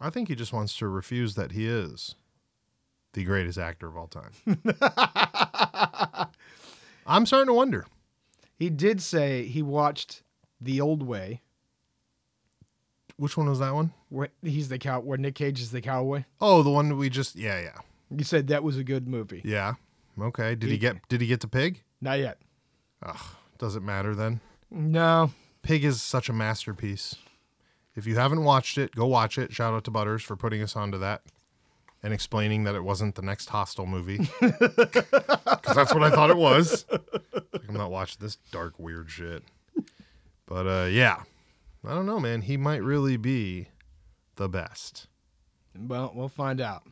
Speaker 1: I think he just wants to refuse that he is the greatest actor of all time. I'm starting to wonder.
Speaker 2: He did say he watched The Old Way,
Speaker 1: Which one was that one?
Speaker 2: where he's the cow where Nick Cage is the cowboy.
Speaker 1: Oh, the one we just yeah, yeah.
Speaker 2: He said that was a good movie.
Speaker 1: Yeah. Okay. Did he get did he get the pig?
Speaker 2: Not yet.
Speaker 1: Does it matter then?
Speaker 2: No.
Speaker 1: Pig is such a masterpiece. If you haven't watched it, go watch it. Shout out to Butters for putting us onto that and explaining that it wasn't the next hostile movie. Because that's what I thought it was. Like, I'm not watching this dark, weird shit. But uh, yeah, I don't know, man. He might really be the best.
Speaker 2: Well, we'll find out.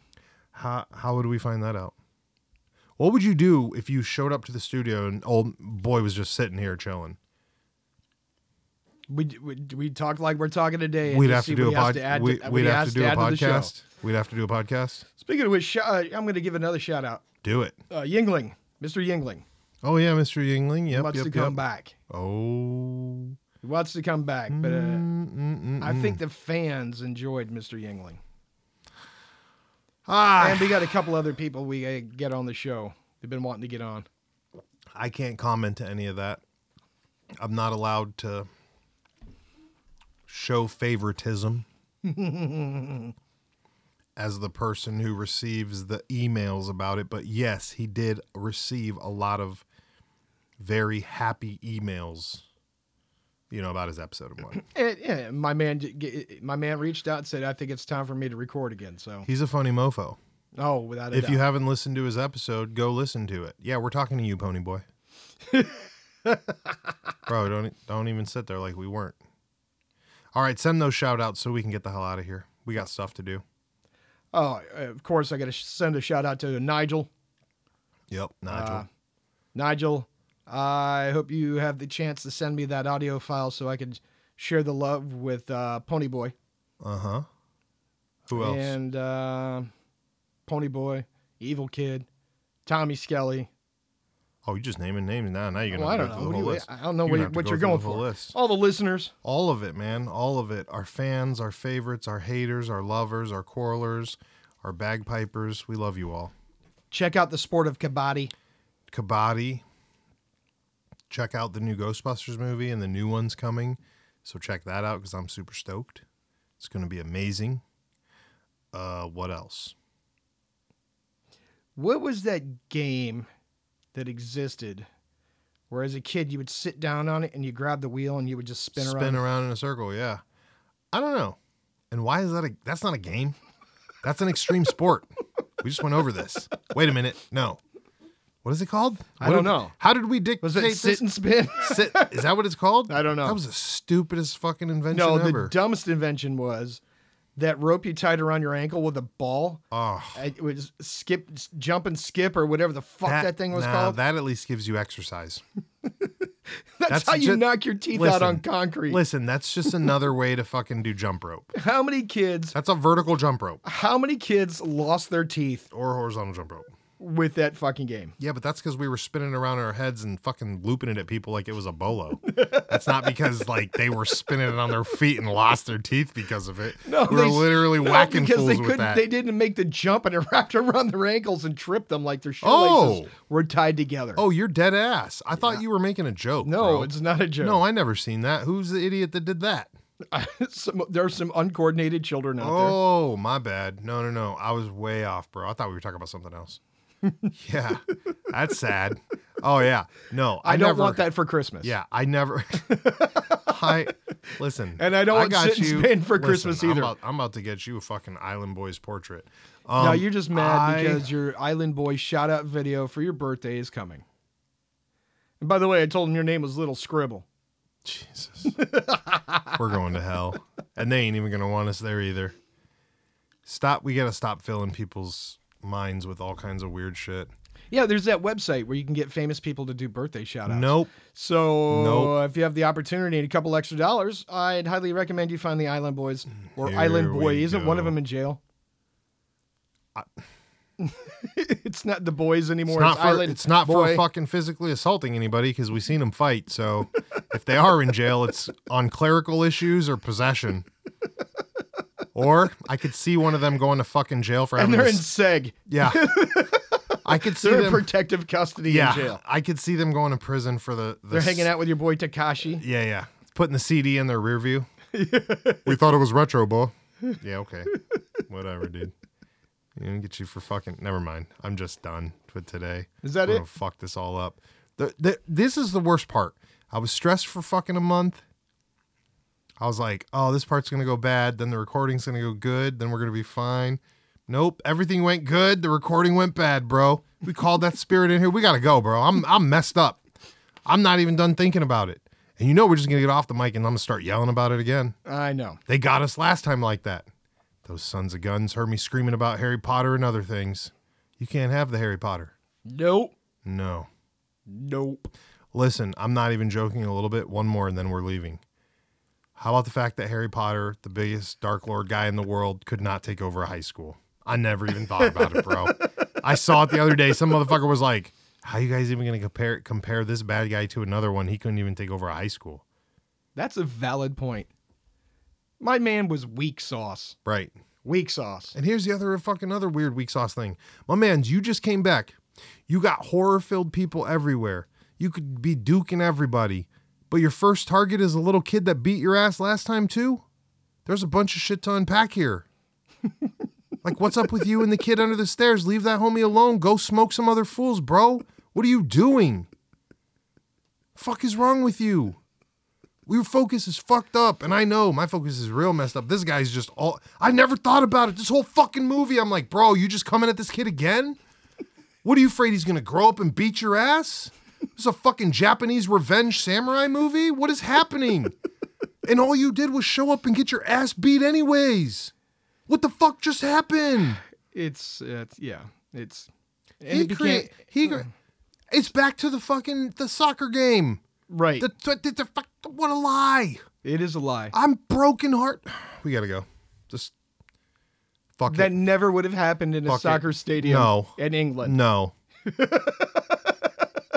Speaker 1: How, how would we find that out? What would you do if you showed up to the studio and old boy was just sitting here chilling?
Speaker 2: We we, we talk like we're talking today. and
Speaker 1: We'd
Speaker 2: just
Speaker 1: have to do
Speaker 2: see
Speaker 1: a
Speaker 2: what he has
Speaker 1: pod.
Speaker 2: to add to-
Speaker 1: we-
Speaker 2: what
Speaker 1: We'd
Speaker 2: he
Speaker 1: have
Speaker 2: has
Speaker 1: to do a
Speaker 2: add the show.
Speaker 1: podcast. We'd have to do a podcast.
Speaker 2: Speaking of which, sh- uh, I'm going to give another shout out.
Speaker 1: Do it.
Speaker 2: Uh, Yingling, Mr. Yingling,
Speaker 1: Oh yeah, Mr. Yingling. Yep,
Speaker 2: wants
Speaker 1: yep,
Speaker 2: to come
Speaker 1: yep.
Speaker 2: back.
Speaker 1: Oh.
Speaker 2: He wants to come back, but uh,
Speaker 1: Mm-mm-mm.
Speaker 2: I think the fans enjoyed Mr. Yingling.
Speaker 1: Ah,
Speaker 2: And we got a couple other people we uh, get on the show. They've been wanting to get on.
Speaker 1: I can't comment to any of that. I'm not allowed to show favoritism as the person who receives the emails about it. But yes, he did receive a lot of very happy emails, you know, about his episode of one.
Speaker 2: And, Eh, yeah, my man, d- g- eh, my man reached out and said, "I think it's time for me to record again." So,
Speaker 1: He's a funny mofo.
Speaker 2: oh, without a
Speaker 1: If
Speaker 2: doubt.
Speaker 1: you haven't listened to his episode, go listen to it. Yeah, we're talking to you, Pony Boy. Bro, don't e, don't even sit there like we weren't. All right, send those shout outs so we can get the hell out of here. We got stuff to do.
Speaker 2: oh, uh, of course, I got to sh- send a shout out to Nigel.
Speaker 1: Yep, Nigel.
Speaker 2: Uh, Nigel, I hope you have the chance to send me that audio file so I could share the love with uh, Pony Boy
Speaker 1: Uh huh. Who else?
Speaker 2: and uh, Pony Boy, Evil Kid, Tommy Skelly.
Speaker 1: oh, you just naming names now. Now you're gonna
Speaker 2: Well, I
Speaker 1: go
Speaker 2: don't
Speaker 1: through
Speaker 2: know.
Speaker 1: the whole
Speaker 2: What do you-
Speaker 1: list.
Speaker 2: I don't know
Speaker 1: You're
Speaker 2: what,
Speaker 1: gonna
Speaker 2: you-
Speaker 1: have to
Speaker 2: what
Speaker 1: go
Speaker 2: you're
Speaker 1: through
Speaker 2: going
Speaker 1: the whole
Speaker 2: for.
Speaker 1: list.
Speaker 2: All the listeners.
Speaker 1: All of it, man. All of it. Our fans, our favorites, our haters, our lovers, our quarrelers, our bagpipers. We love you all.
Speaker 2: Check out the sport of kabaddi.
Speaker 1: Kabaddi. Check out the new Ghostbusters movie and the new one's coming. So check that out because I'm super stoked. It's going to be amazing. Uh, what else?
Speaker 2: What was that game that existed where as a kid you would sit down on it and you grab the wheel and you would just spin,
Speaker 1: Spin
Speaker 2: around?
Speaker 1: around. in a circle. Yeah. I don't know. And why is that a, that's not a game. That's an extreme sport. We just went over this. Wait a minute. No. What is it called?
Speaker 2: I
Speaker 1: What
Speaker 2: don't
Speaker 1: did-
Speaker 2: know.
Speaker 1: How did we dictate
Speaker 2: Was it
Speaker 1: this?
Speaker 2: sit and spin?
Speaker 1: Sit- Is that what it's called?
Speaker 2: I don't know.
Speaker 1: That was the stupidest fucking invention
Speaker 2: No,
Speaker 1: ever.
Speaker 2: the dumbest invention was that rope you tied around your ankle with a ball. uh,
Speaker 1: oh.
Speaker 2: It was skip, jump and skip, or whatever the fuck that, thing was
Speaker 1: nah,
Speaker 2: called.
Speaker 1: That at least gives you exercise.
Speaker 2: that's,
Speaker 1: that's
Speaker 2: how you
Speaker 1: ju-
Speaker 2: knock your teeth out on
Speaker 1: Listen,
Speaker 2: concrete.
Speaker 1: Listen, that's just another way to fucking do jump rope.
Speaker 2: How many kids?
Speaker 1: That's a vertical jump rope
Speaker 2: How many kids lost their teeth
Speaker 1: or horizontal jump rope.
Speaker 2: with that fucking game?
Speaker 1: Yeah, but that's because we were spinning around our heads and fucking looping it at people like it was a bolo. that's not because like they were spinning it on their feet and lost their teeth because of it.
Speaker 2: No,
Speaker 1: we were
Speaker 2: they-
Speaker 1: literally
Speaker 2: no,
Speaker 1: whacking
Speaker 2: because
Speaker 1: fools
Speaker 2: they
Speaker 1: with
Speaker 2: couldn't.
Speaker 1: that.
Speaker 2: They didn't make the jump, and it wrapped around their ankles and tripped them like their
Speaker 1: Oh.
Speaker 2: shoelaces were tied together.
Speaker 1: Oh, you're dead ass. I thought you were making a joke.
Speaker 2: no,
Speaker 1: bro.
Speaker 2: it's not a joke.
Speaker 1: no, I never seen that. Who's the idiot that did that?
Speaker 2: some, there are some uncoordinated children out there.
Speaker 1: Oh, my bad. No, no, no. I was way off, bro. I thought we were talking about something else. yeah, that's sad. Oh yeah, no, I,
Speaker 2: I, don't
Speaker 1: never,
Speaker 2: want that for Christmas.
Speaker 1: Yeah, I never. I listen,
Speaker 2: And I don't want
Speaker 1: got
Speaker 2: sit and
Speaker 1: you-
Speaker 2: spin for
Speaker 1: listen,
Speaker 2: Christmas
Speaker 1: I'm
Speaker 2: either.
Speaker 1: about- I'm about to get you a fucking Island Boys portrait. Um,
Speaker 2: no, you're just mad
Speaker 1: I-
Speaker 2: because your Island Boy shout out video for your birthday is coming. And by the way, I told him your name was Little Scribble.
Speaker 1: Jesus. We're going to hell. And they ain't even going to want us there either. Stop. We got to stop filling people's minds with all kinds of weird shit.
Speaker 2: Yeah, there's that website where you can get famous people to do birthday shout outs.
Speaker 1: Nope.
Speaker 2: So
Speaker 1: Nope.
Speaker 2: if you have the opportunity and a couple extra dollars, I'd highly recommend you find the Island Boys or
Speaker 1: Here
Speaker 2: Island
Speaker 1: we
Speaker 2: Boy. Isn't one of
Speaker 1: go.
Speaker 2: them in jail? it's not the boys anymore.
Speaker 1: It's
Speaker 2: It's,
Speaker 1: not, for,
Speaker 2: Island
Speaker 1: it's not for
Speaker 2: Boy.
Speaker 1: fucking physically assaulting anybody because we've seen them fight. So if they are in jail, it's on clerical issues or possession. Or I could see one of them going to fucking jail for
Speaker 2: and
Speaker 1: having.
Speaker 2: they're
Speaker 1: a
Speaker 2: in
Speaker 1: s-
Speaker 2: seg.
Speaker 1: yeah. I could see
Speaker 2: They're in
Speaker 1: them.
Speaker 2: protective custody
Speaker 1: yeah,
Speaker 2: in jail.
Speaker 1: I could see them going to prison for the. the
Speaker 2: They're hanging
Speaker 1: s-
Speaker 2: out with your boy Takashi.
Speaker 1: Yeah, yeah. Putting the CD in their rear view. we thought it was retro, boy. Yeah, okay. Whatever, dude. You can get you for fucking. Never mind. I'm just done with today.
Speaker 2: Is that
Speaker 1: I'm Gonna
Speaker 2: it?
Speaker 1: fuck this all up. The, the, this is the worst part. I was stressed for fucking a month. I was like, oh, this part's gonna go bad. Then the recording's gonna go good. Then we're gonna be fine. Nope, everything went good. The recording went bad, bro. We called that spirit in here. We gotta go, bro. I'm I'm messed up. I'm not even done thinking about it. And you know we're just gonna get off the mic and I'm gonna start yelling about it again.
Speaker 2: I know.
Speaker 1: They got us last time like that. Those sons of guns heard me screaming about Harry Potter and other things. You can't have the Harry Potter.
Speaker 2: Nope.
Speaker 1: No.
Speaker 2: Nope.
Speaker 1: Listen, I'm not even joking a little bit. One more and then we're leaving. How about the fact that Harry Potter, the biggest Dark Lord guy in the world, could not take over a high school? I never even thought about it, bro. I saw it the other day. Some motherfucker was like, "How you guys even gonna compare compare this bad guy to another one? He couldn't even take over a high school."
Speaker 2: That's a valid point. My man was weak sauce.
Speaker 1: Right.
Speaker 2: Weak sauce.
Speaker 1: And here's the other fucking other weird weak sauce thing. My man's, you just came back. You got horror filled people everywhere. You could be duking everybody, but your first target is a little kid that beat your ass last time too. There's a bunch of shit to unpack here. like, what's up with you and the kid under the stairs? Leave that homie alone. Go smoke some other fools, bro. What are you doing? Fuck is wrong with you? your focus is fucked up and i know my focus is real messed up this guy's just all i never thought about it this whole fucking movie i'm like bro you just coming at this kid again what are you afraid he's gonna grow up and beat your ass this is a fucking japanese revenge samurai movie what is happening and all you did was show up and get your ass beat anyways what the fuck just happened
Speaker 2: It's, it's yeah. It's and
Speaker 1: he
Speaker 2: it became- Hmm.
Speaker 1: crea- he cre- it's back to the fucking the soccer game
Speaker 2: right.
Speaker 1: the, the, the, the, fuck- what a lie
Speaker 2: it is a lie.
Speaker 1: I'm broken heart. We gotta go. Just fuck it.
Speaker 2: That never would have happened in a
Speaker 1: Fuck it.
Speaker 2: soccer stadium
Speaker 1: No.
Speaker 2: in England.
Speaker 1: No.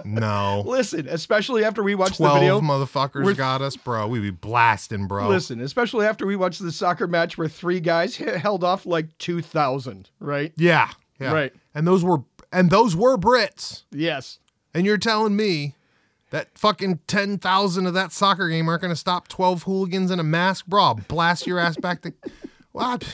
Speaker 1: no.
Speaker 2: Listen, especially after we watched the
Speaker 1: Twelve
Speaker 2: video.
Speaker 1: motherfuckers
Speaker 2: We're-
Speaker 1: got us, bro. We be blasting, bro.
Speaker 2: Listen, especially after we watched the soccer match where three guys he- held off like 2,000, right?
Speaker 1: Yeah, yeah.
Speaker 2: Right.
Speaker 1: And those were and those were Brits.
Speaker 2: Yes.
Speaker 1: And you're telling me that fucking ten thousand of that soccer game aren't gonna stop twelve hooligans in a mask, bro? I'll blast your ass back to. Well, I'd,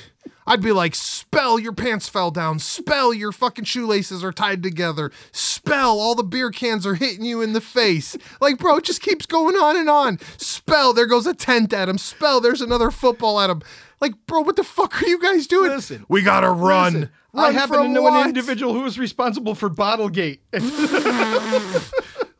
Speaker 1: I'd be like, spell your pants fell down, spell your fucking shoelaces are tied together, spell all the beer cans are hitting you in the face. Like, bro, it just keeps going on and on. Spell, there goes a tent at him. Spell, there's another football at him. Like, bro, what the fuck are you guys doing?
Speaker 2: Listen.
Speaker 1: we gotta run.
Speaker 2: Listen, I
Speaker 1: Run
Speaker 2: happen to
Speaker 1: from
Speaker 2: know
Speaker 1: what?
Speaker 2: an individual who was responsible for Bottlegate.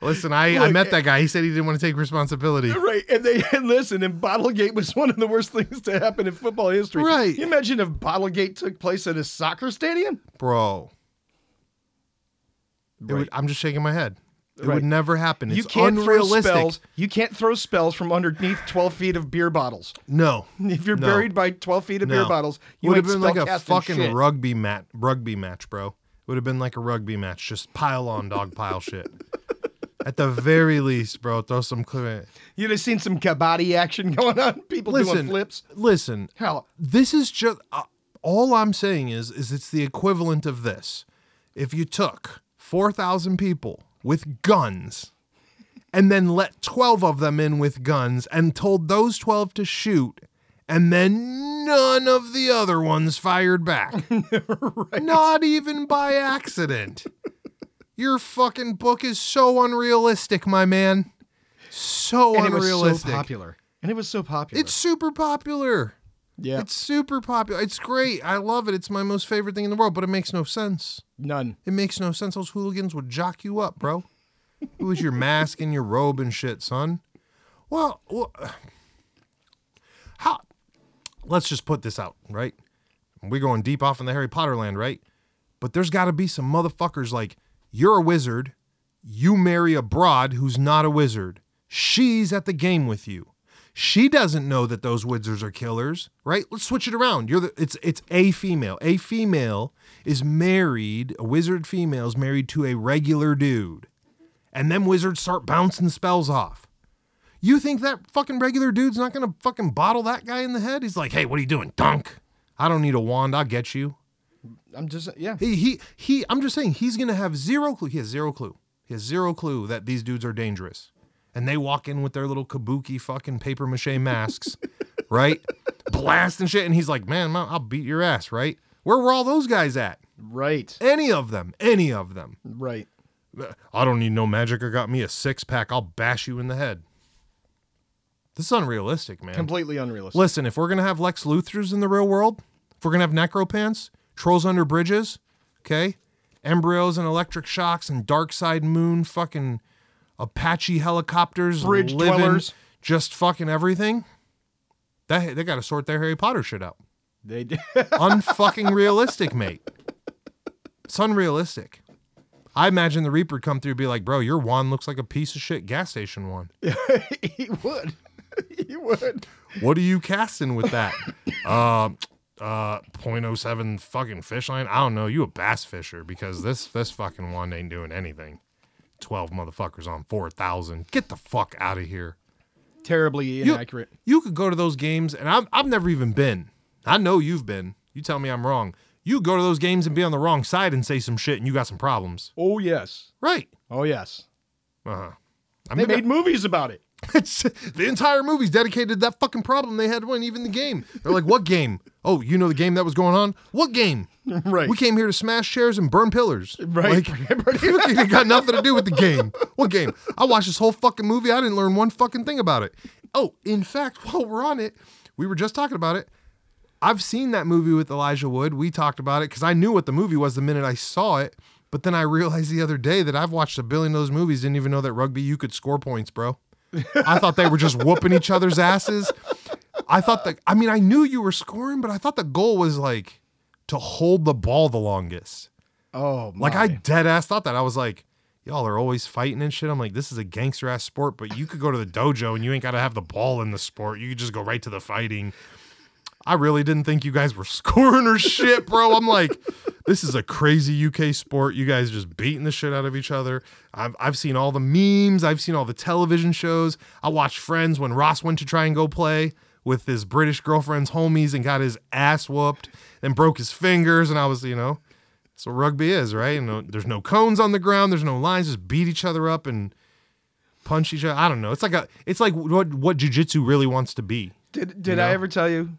Speaker 1: Listen, I, I
Speaker 2: eh
Speaker 1: met that guy. He said he didn't want to take responsibility.
Speaker 2: right. And they and listen, and Bottlegate was one of the worst things to happen in football history.
Speaker 1: Right.
Speaker 2: Can you imagine if Bottlegate took place at a soccer stadium?
Speaker 1: bro. It would-
Speaker 2: Right.
Speaker 1: I'm just shaking my head. It
Speaker 2: Right.
Speaker 1: would never happen. It's
Speaker 2: you can't
Speaker 1: unrealistic.
Speaker 2: throw spells. You can't throw spells from underneath 12 feet of beer bottles.
Speaker 1: No,
Speaker 2: If you're
Speaker 1: No.
Speaker 2: buried by 12 feet of
Speaker 1: no.
Speaker 2: beer bottles, you
Speaker 1: would
Speaker 2: would
Speaker 1: have been like a fucking
Speaker 2: fucking shit.
Speaker 1: rugby mat, rugby match, bro. Would have been like a rugby match. Just pile on, dog pile shit. At the very least, bro, throw some clear.
Speaker 2: You'd have seen some kabaddi action going on. People
Speaker 1: Listen,
Speaker 2: doing flips.
Speaker 1: Listen,
Speaker 2: Hell,
Speaker 1: this is just uh, all I'm saying is is it's the equivalent of this. If you took 4,000 people with guns and then let 12 of them in with guns and told those 12 to shoot and then none of the other ones fired back. Not even by accident. Your fucking book is so unrealistic, my man. So
Speaker 2: and it was so
Speaker 1: unrealistic.
Speaker 2: popular. And it was so popular.
Speaker 1: It's super popular.
Speaker 2: Yeah.
Speaker 1: It's super popular. It's great. I love it. It's my most favorite thing in the world, but it makes no sense.
Speaker 2: None.
Speaker 1: It makes no sense. Those hooligans would jock you up, bro. It was your mask and your robe and shit, son. Well, well how? Let's just put this out, right? We're going deep off in the Harry Potter land, right? But there's got to be some motherfuckers like you're a wizard, you marry a broad who's not a wizard. She's at the game with you. She doesn't know that those wizards are killers, right? Let's switch it around. You're the, it's it's a female. A female is married, a wizard female is married to a regular dude. And them wizards start bouncing spells off. You think that fucking regular dude's not gonna fucking bottle that guy in the head? He's like, hey, what are you doing? Dunk. I don't need a wand, I'll get you.
Speaker 2: I'm just yeah.
Speaker 1: He he he I'm just saying he's gonna have zero clue. He has zero clue. He has zero clue that these dudes are dangerous. And they walk in with their little kabuki fucking paper mache masks, right? Blasting shit. And he's like, man, I'll beat your ass, right? Where were all those guys at?
Speaker 2: Right.
Speaker 1: Any of them. Any of them.
Speaker 2: Right.
Speaker 1: I don't need no magic. I got me a six pack. I'll bash you in the head. This is unrealistic, man.
Speaker 2: Completely unrealistic.
Speaker 1: Listen, if we're gonna have Lex Luthers in the real world, if we're gonna have necropants, trolls under bridges, okay, embryos and electric shocks and dark side moon, fucking Apache helicopters, and
Speaker 2: Bridge dwellers.
Speaker 1: just fucking everything. That they gotta sort their Harry Potter shit out.
Speaker 2: They did.
Speaker 1: Unfucking realistic, mate. It's unrealistic. I imagine the Reaper would come through and be like, bro, your wand looks like a piece of shit gas station wand.
Speaker 2: he would. he would.
Speaker 1: What are you casting with that? uh, uh, 0.07 fucking fish line. I don't know. You a bass fisher because this this fucking wand ain't doing anything. Twelve motherfuckers on four thousand. Get the fuck out of here.
Speaker 2: Terribly
Speaker 1: You-
Speaker 2: inaccurate.
Speaker 1: You could go to those games, and I'm, I've never even been. I know you've been. You tell me I'm wrong. You go to those games and be on the wrong side and say some shit, and you got some problems.
Speaker 2: Oh yes.
Speaker 1: Right?
Speaker 2: Oh yes.
Speaker 1: Uh huh. I
Speaker 2: They
Speaker 1: mean,
Speaker 2: made movies about it.
Speaker 1: It's, the entire movie's dedicated to that fucking problem they had when even the game. They're like, what game? Oh, you know the game that was going on? What game?
Speaker 2: Right.
Speaker 1: We came here to smash chairs and burn pillars.
Speaker 2: Right.
Speaker 1: Like,
Speaker 2: Pretty
Speaker 1: it got nothing to do with the game. What game? I watched this whole fucking movie. I didn't learn one fucking thing about it. Oh, in fact, while we're on it, we were just talking about it. I've seen that movie with Elijah Wood. We talked about it because I knew what the movie was the minute I saw it. But then I realized the other day that I've watched a billion of those movies, didn't even know that rugby you could score points, bro. I thought they were just whooping each other's asses. I thought that I mean I knew you were scoring, but I thought the goal was like to hold the ball the longest.
Speaker 2: Oh my.
Speaker 1: Like I dead ass thought that. I was like, y'all are always fighting and shit. I'm like, this is a gangster ass sport, but you could go to the dojo and you ain't gotta have the ball in the sport. You could just go right to the fighting. I really didn't think you guys were scoring or shit, bro. I'm like, this is a crazy UK sport. You guys just beating the shit out of each other. I've, I've seen all the memes. I've seen all the television shows. I watched Friends when Ross went to try and go play with his British girlfriend's homies and got his ass whooped and broke his fingers. And I was, you know, that's what rugby is, right? And no, there's no cones on the ground. There's no lines. Just beat each other up and punch each other. I don't know. It's like a, it's like what what jujitsu really wants to be.
Speaker 2: did. Did I ever tell you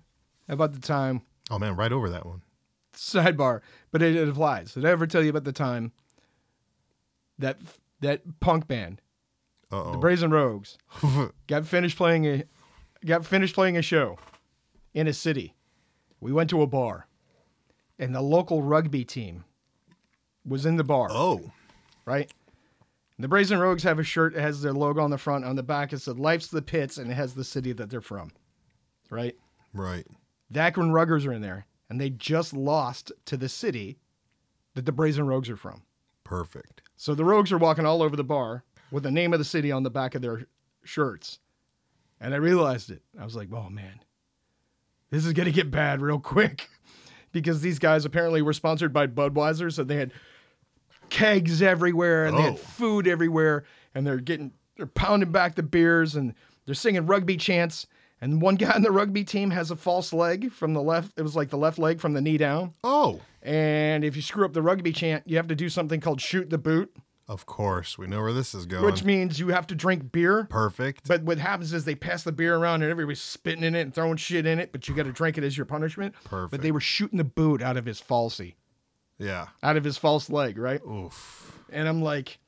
Speaker 2: about the time?
Speaker 1: Oh man, right over that one.
Speaker 2: Sidebar, but it, it applies. Did I ever tell you about the time that that punk band,
Speaker 1: Uh oh.
Speaker 2: the Brazen Rogues, got finished playing a got finished playing a show in a city. We went to a bar, and the local rugby team was in the bar.
Speaker 1: Oh.
Speaker 2: right? The Brazen Rogues have a shirt that has their logo on the front. On the back, it said "Life's the Pits," and it has the city that they're from, right?
Speaker 1: Right.
Speaker 2: Dakron Ruggers are in there, and they just lost to the city that the Brazen Rogues are from.
Speaker 1: Perfect.
Speaker 2: So the Rogues are walking all over the bar with the name of the city on the back of their shirts. And I realized it. I was like, oh man, this is going to get bad real quick. Because these guys apparently were sponsored by Budweiser. So they had kegs everywhere and they
Speaker 1: Oh.
Speaker 2: had food everywhere. And they're getting, they're pounding back the beers and they're singing rugby chants. And one guy on the rugby team has a false leg from the left. It was like the left leg from the knee down.
Speaker 1: Oh.
Speaker 2: And if you screw up the rugby chant, you have to do something called shoot the boot
Speaker 1: Of course. We know where this is going.
Speaker 2: which means you have to drink beer.
Speaker 1: Perfect.
Speaker 2: But what happens is they pass the beer around and everybody's spitting in it and throwing shit in it, but you got to drink it as your punishment. But they
Speaker 1: Perfect.
Speaker 2: were shooting the boot out of his falsy,
Speaker 1: yeah.
Speaker 2: out of his false leg, right?
Speaker 1: Oof.
Speaker 2: And I'm like,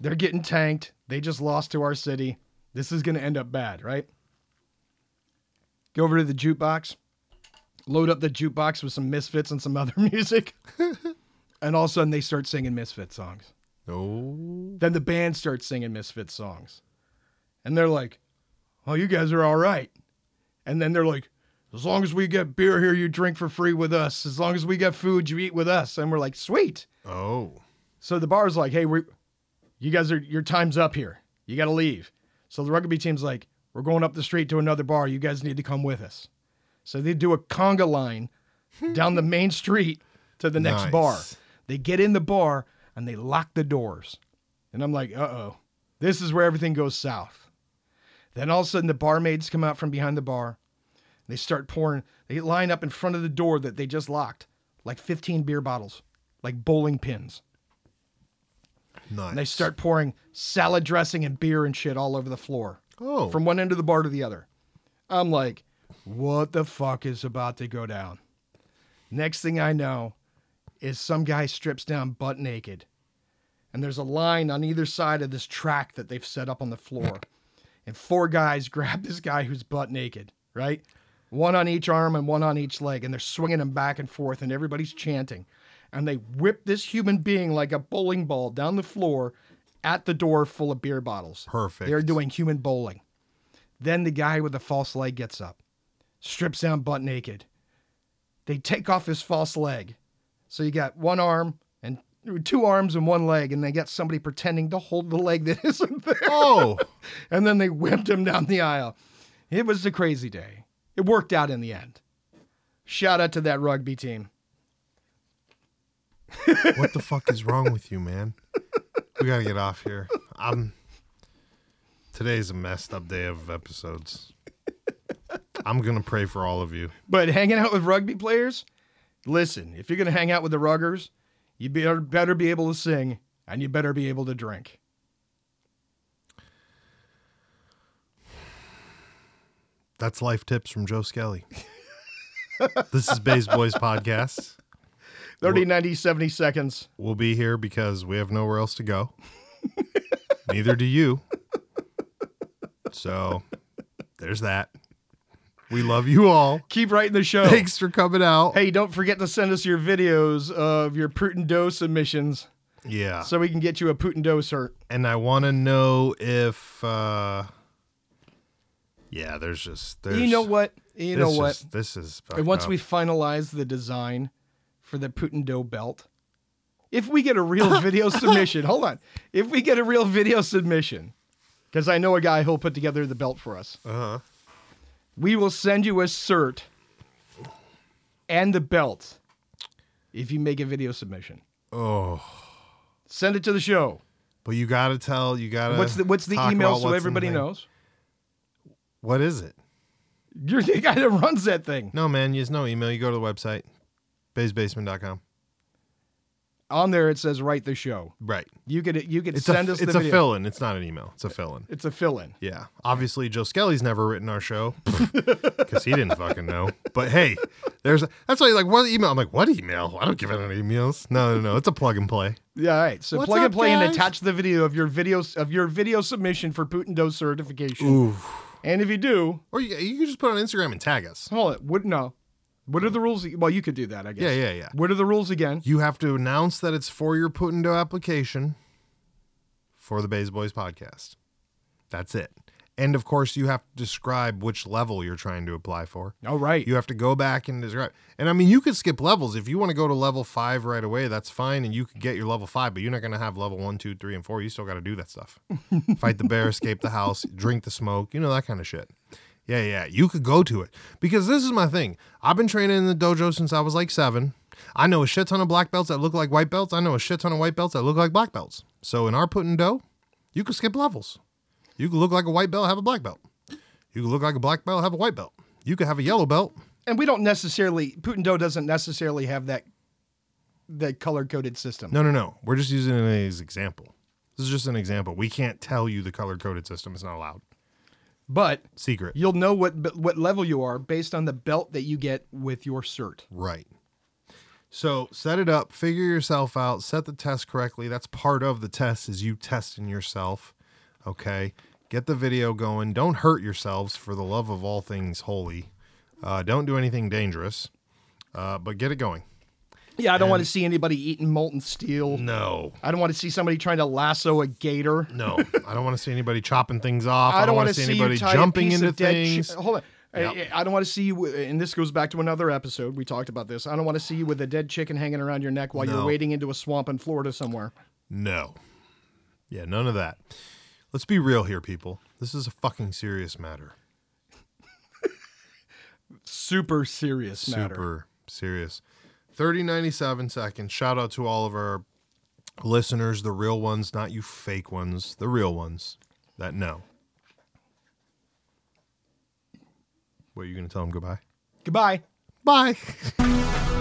Speaker 2: they're getting tanked. They just lost to our city. This is going to end up bad, right? Go over to the jukebox. load up the jukebox with some Misfits and some other music. and all of a sudden, they start singing Misfit songs.
Speaker 1: Oh.
Speaker 2: Then the band starts singing Misfit songs. And they're like, oh, you guys are all right. And then they're like, as long as we get beer here, you drink for free with us. As long as we get food, you eat with us. And we're like, sweet.
Speaker 1: Oh.
Speaker 2: So the bar's like, hey, we, you guys are, your time's up here. You got to leave. So the rugby team's like, we're going up the street to another bar. You guys need to come with us. So they do a conga line down the main street to the next
Speaker 1: Nice.
Speaker 2: bar. They get in the bar and they lock the doors. And I'm like, uh oh, this is where everything goes south. Then all of a sudden, the barmaids come out from behind the bar. They start pouring, they line up in front of the door that they just locked, like 15 beer bottles, like bowling pins.
Speaker 1: Nice.
Speaker 2: And they start pouring salad dressing and beer and shit all over the floor
Speaker 1: Oh.
Speaker 2: from one end of the bar to the other. I'm like, what the fuck is about to go down? Next thing I know is some guy strips down butt naked. And there's a line on either side of this track that they've set up on the floor. and four guys grab this guy who's butt naked, right? One on each arm and one on each leg. And they're swinging him back and forth, and everybody's chanting. And they whip this human being like a bowling ball down the floor at the door full of beer bottles.
Speaker 1: Perfect.
Speaker 2: They're doing human bowling. Then the guy with the false leg gets up, strips down butt naked. They take off his false leg. So you got one arm and two arms and one leg, and they got somebody pretending to hold the leg that isn't there.
Speaker 1: Oh.
Speaker 2: And then they whipped him down the aisle. It was a crazy day. It worked out in the end. Shout out to that rugby team.
Speaker 1: what the fuck is wrong with you, man? We gotta get off here. I'm. Today's a messed up day of episodes. I'm gonna pray for all of you.
Speaker 2: But hanging out with rugby players, listen, if you're going to hang out with the ruggers, you better, better be able to sing and you better be able to drink.
Speaker 1: That's life tips from Joe Skelly. this is Bay's Boys podcast.
Speaker 2: 30, 90, 70 seconds.
Speaker 1: We'll be here because we have nowhere else to go. Neither do you. So there's that. We love you all.
Speaker 2: Keep writing the show.
Speaker 1: Thanks for coming out.
Speaker 2: Hey, don't forget to send us your videos of your Putin Doe submissions
Speaker 1: Yeah.
Speaker 2: so we can get you a Putin Doe cert.
Speaker 1: and I want to know if uh yeah, there's just there's
Speaker 2: you know what? You
Speaker 1: this
Speaker 2: know
Speaker 1: is-
Speaker 2: what?
Speaker 1: this is fucked
Speaker 2: And once
Speaker 1: up.
Speaker 2: we finalize the design for the Putin Doe belt, if we get a real video submission, hold on. If we get a real video submission, because I know a guy who'll put together the belt for us,
Speaker 1: uh-huh.
Speaker 2: we will send you a cert and the belt if you make a video submission.
Speaker 1: oh,
Speaker 2: Send it to the show.
Speaker 1: but you gotta tell you gotta
Speaker 2: What's the what's the
Speaker 1: Uh, talk
Speaker 2: email
Speaker 1: about
Speaker 2: so
Speaker 1: what's in
Speaker 2: everybody
Speaker 1: the-
Speaker 2: knows?
Speaker 1: What is it?
Speaker 2: You're the guy that runs that thing.
Speaker 1: No man, there's no email. You go to the website, baysbasement.com.
Speaker 2: On there it says write the show.
Speaker 1: Right.
Speaker 2: You could you could
Speaker 1: It's
Speaker 2: send
Speaker 1: a
Speaker 2: us
Speaker 1: it's
Speaker 2: the
Speaker 1: a
Speaker 2: video.
Speaker 1: fill in. It's not an email. It's a fill in.
Speaker 2: It's a fill in.
Speaker 1: Yeah. Obviously, Joe Skelly's never written our show because he didn't fucking know. But hey, there's that's why you're like what email? I'm like what email? I don't give out any emails. No, no, no. It's a plug and play.
Speaker 2: Yeah, all right. So
Speaker 1: What's
Speaker 2: plug and
Speaker 1: up,
Speaker 2: play and
Speaker 1: guys?
Speaker 2: attach the video of your videos of your video submission for Putin Doe certification.
Speaker 1: Ooh.
Speaker 2: And if you do,
Speaker 1: Or you, you could just put it on Instagram and tag us.
Speaker 2: hold it. What no? What are the rules? Well, you could do that, I guess.
Speaker 1: Yeah, yeah, yeah.
Speaker 2: What are the rules again?
Speaker 1: You have to announce that it's for your put into application for the Bays Boys podcast. That's it. And of course, you have to describe which level you're trying to apply for.
Speaker 2: All right.
Speaker 1: You have to go back and describe. And I mean, you could skip levels. If you want to go to level five right away, that's fine. And you could get your level five, but you're not going to have level one, two, three, and four. You still got to do that stuff fight the bear, escape the house, drink the smoke, you know, that kind of shit. Yeah, yeah. You could go to it because this is my thing. I've been training in the dojo since I was like seven. I know a shit ton of black belts that look like white belts. I know a shit ton of white belts that look like black belts. So in our putting dough, you could skip levels. You could look like a white belt, have a black belt. You could look like a black belt, have a white belt. You could have a yellow belt,
Speaker 2: and we don't necessarily Putin Doe doesn't necessarily have that that color coded system.
Speaker 1: No, no, no. We're just using it as example. This is just an example. We can't tell you the color coded system. It's not allowed.
Speaker 2: But
Speaker 1: Secret.
Speaker 2: you'll know what what level you are based on the belt that you get with your cert.
Speaker 1: Right. So set it up, figure yourself out, set the test correctly. That's part of the test is you testing yourself. Okay. Get the video going. Don't hurt yourselves for the love of all things holy. Uh, don't do anything dangerous, uh, but get it going.
Speaker 2: Yeah, I don't want to see anybody eating molten steel.
Speaker 1: No,
Speaker 2: I don't want to see somebody trying to lasso a gator.
Speaker 1: no, I don't want to see anybody chopping things off. I
Speaker 2: I
Speaker 1: don't,
Speaker 2: don't
Speaker 1: want
Speaker 2: wanna
Speaker 1: to see
Speaker 2: see you
Speaker 1: anybody
Speaker 2: tie a
Speaker 1: jumping
Speaker 2: piece of
Speaker 1: into
Speaker 2: dead chi-
Speaker 1: things.
Speaker 2: hold on. I-
Speaker 1: Yeah.
Speaker 2: I, I don't want to see you, w- and this goes back to another episode. We talked about this. I don't want to see you with a dead chicken hanging around your neck while
Speaker 1: No.
Speaker 2: you're wading into a swamp in Florida somewhere.
Speaker 1: No. Yeah, none of that. Let's be real here, people. This is a fucking serious matter.
Speaker 2: Super serious matter.
Speaker 1: Super serious. 30, 97 seconds. Shout out to all of our listeners, the real ones, not you fake ones, the real ones that know. What are you going to tell them? Goodbye?
Speaker 2: Goodbye.
Speaker 1: Bye.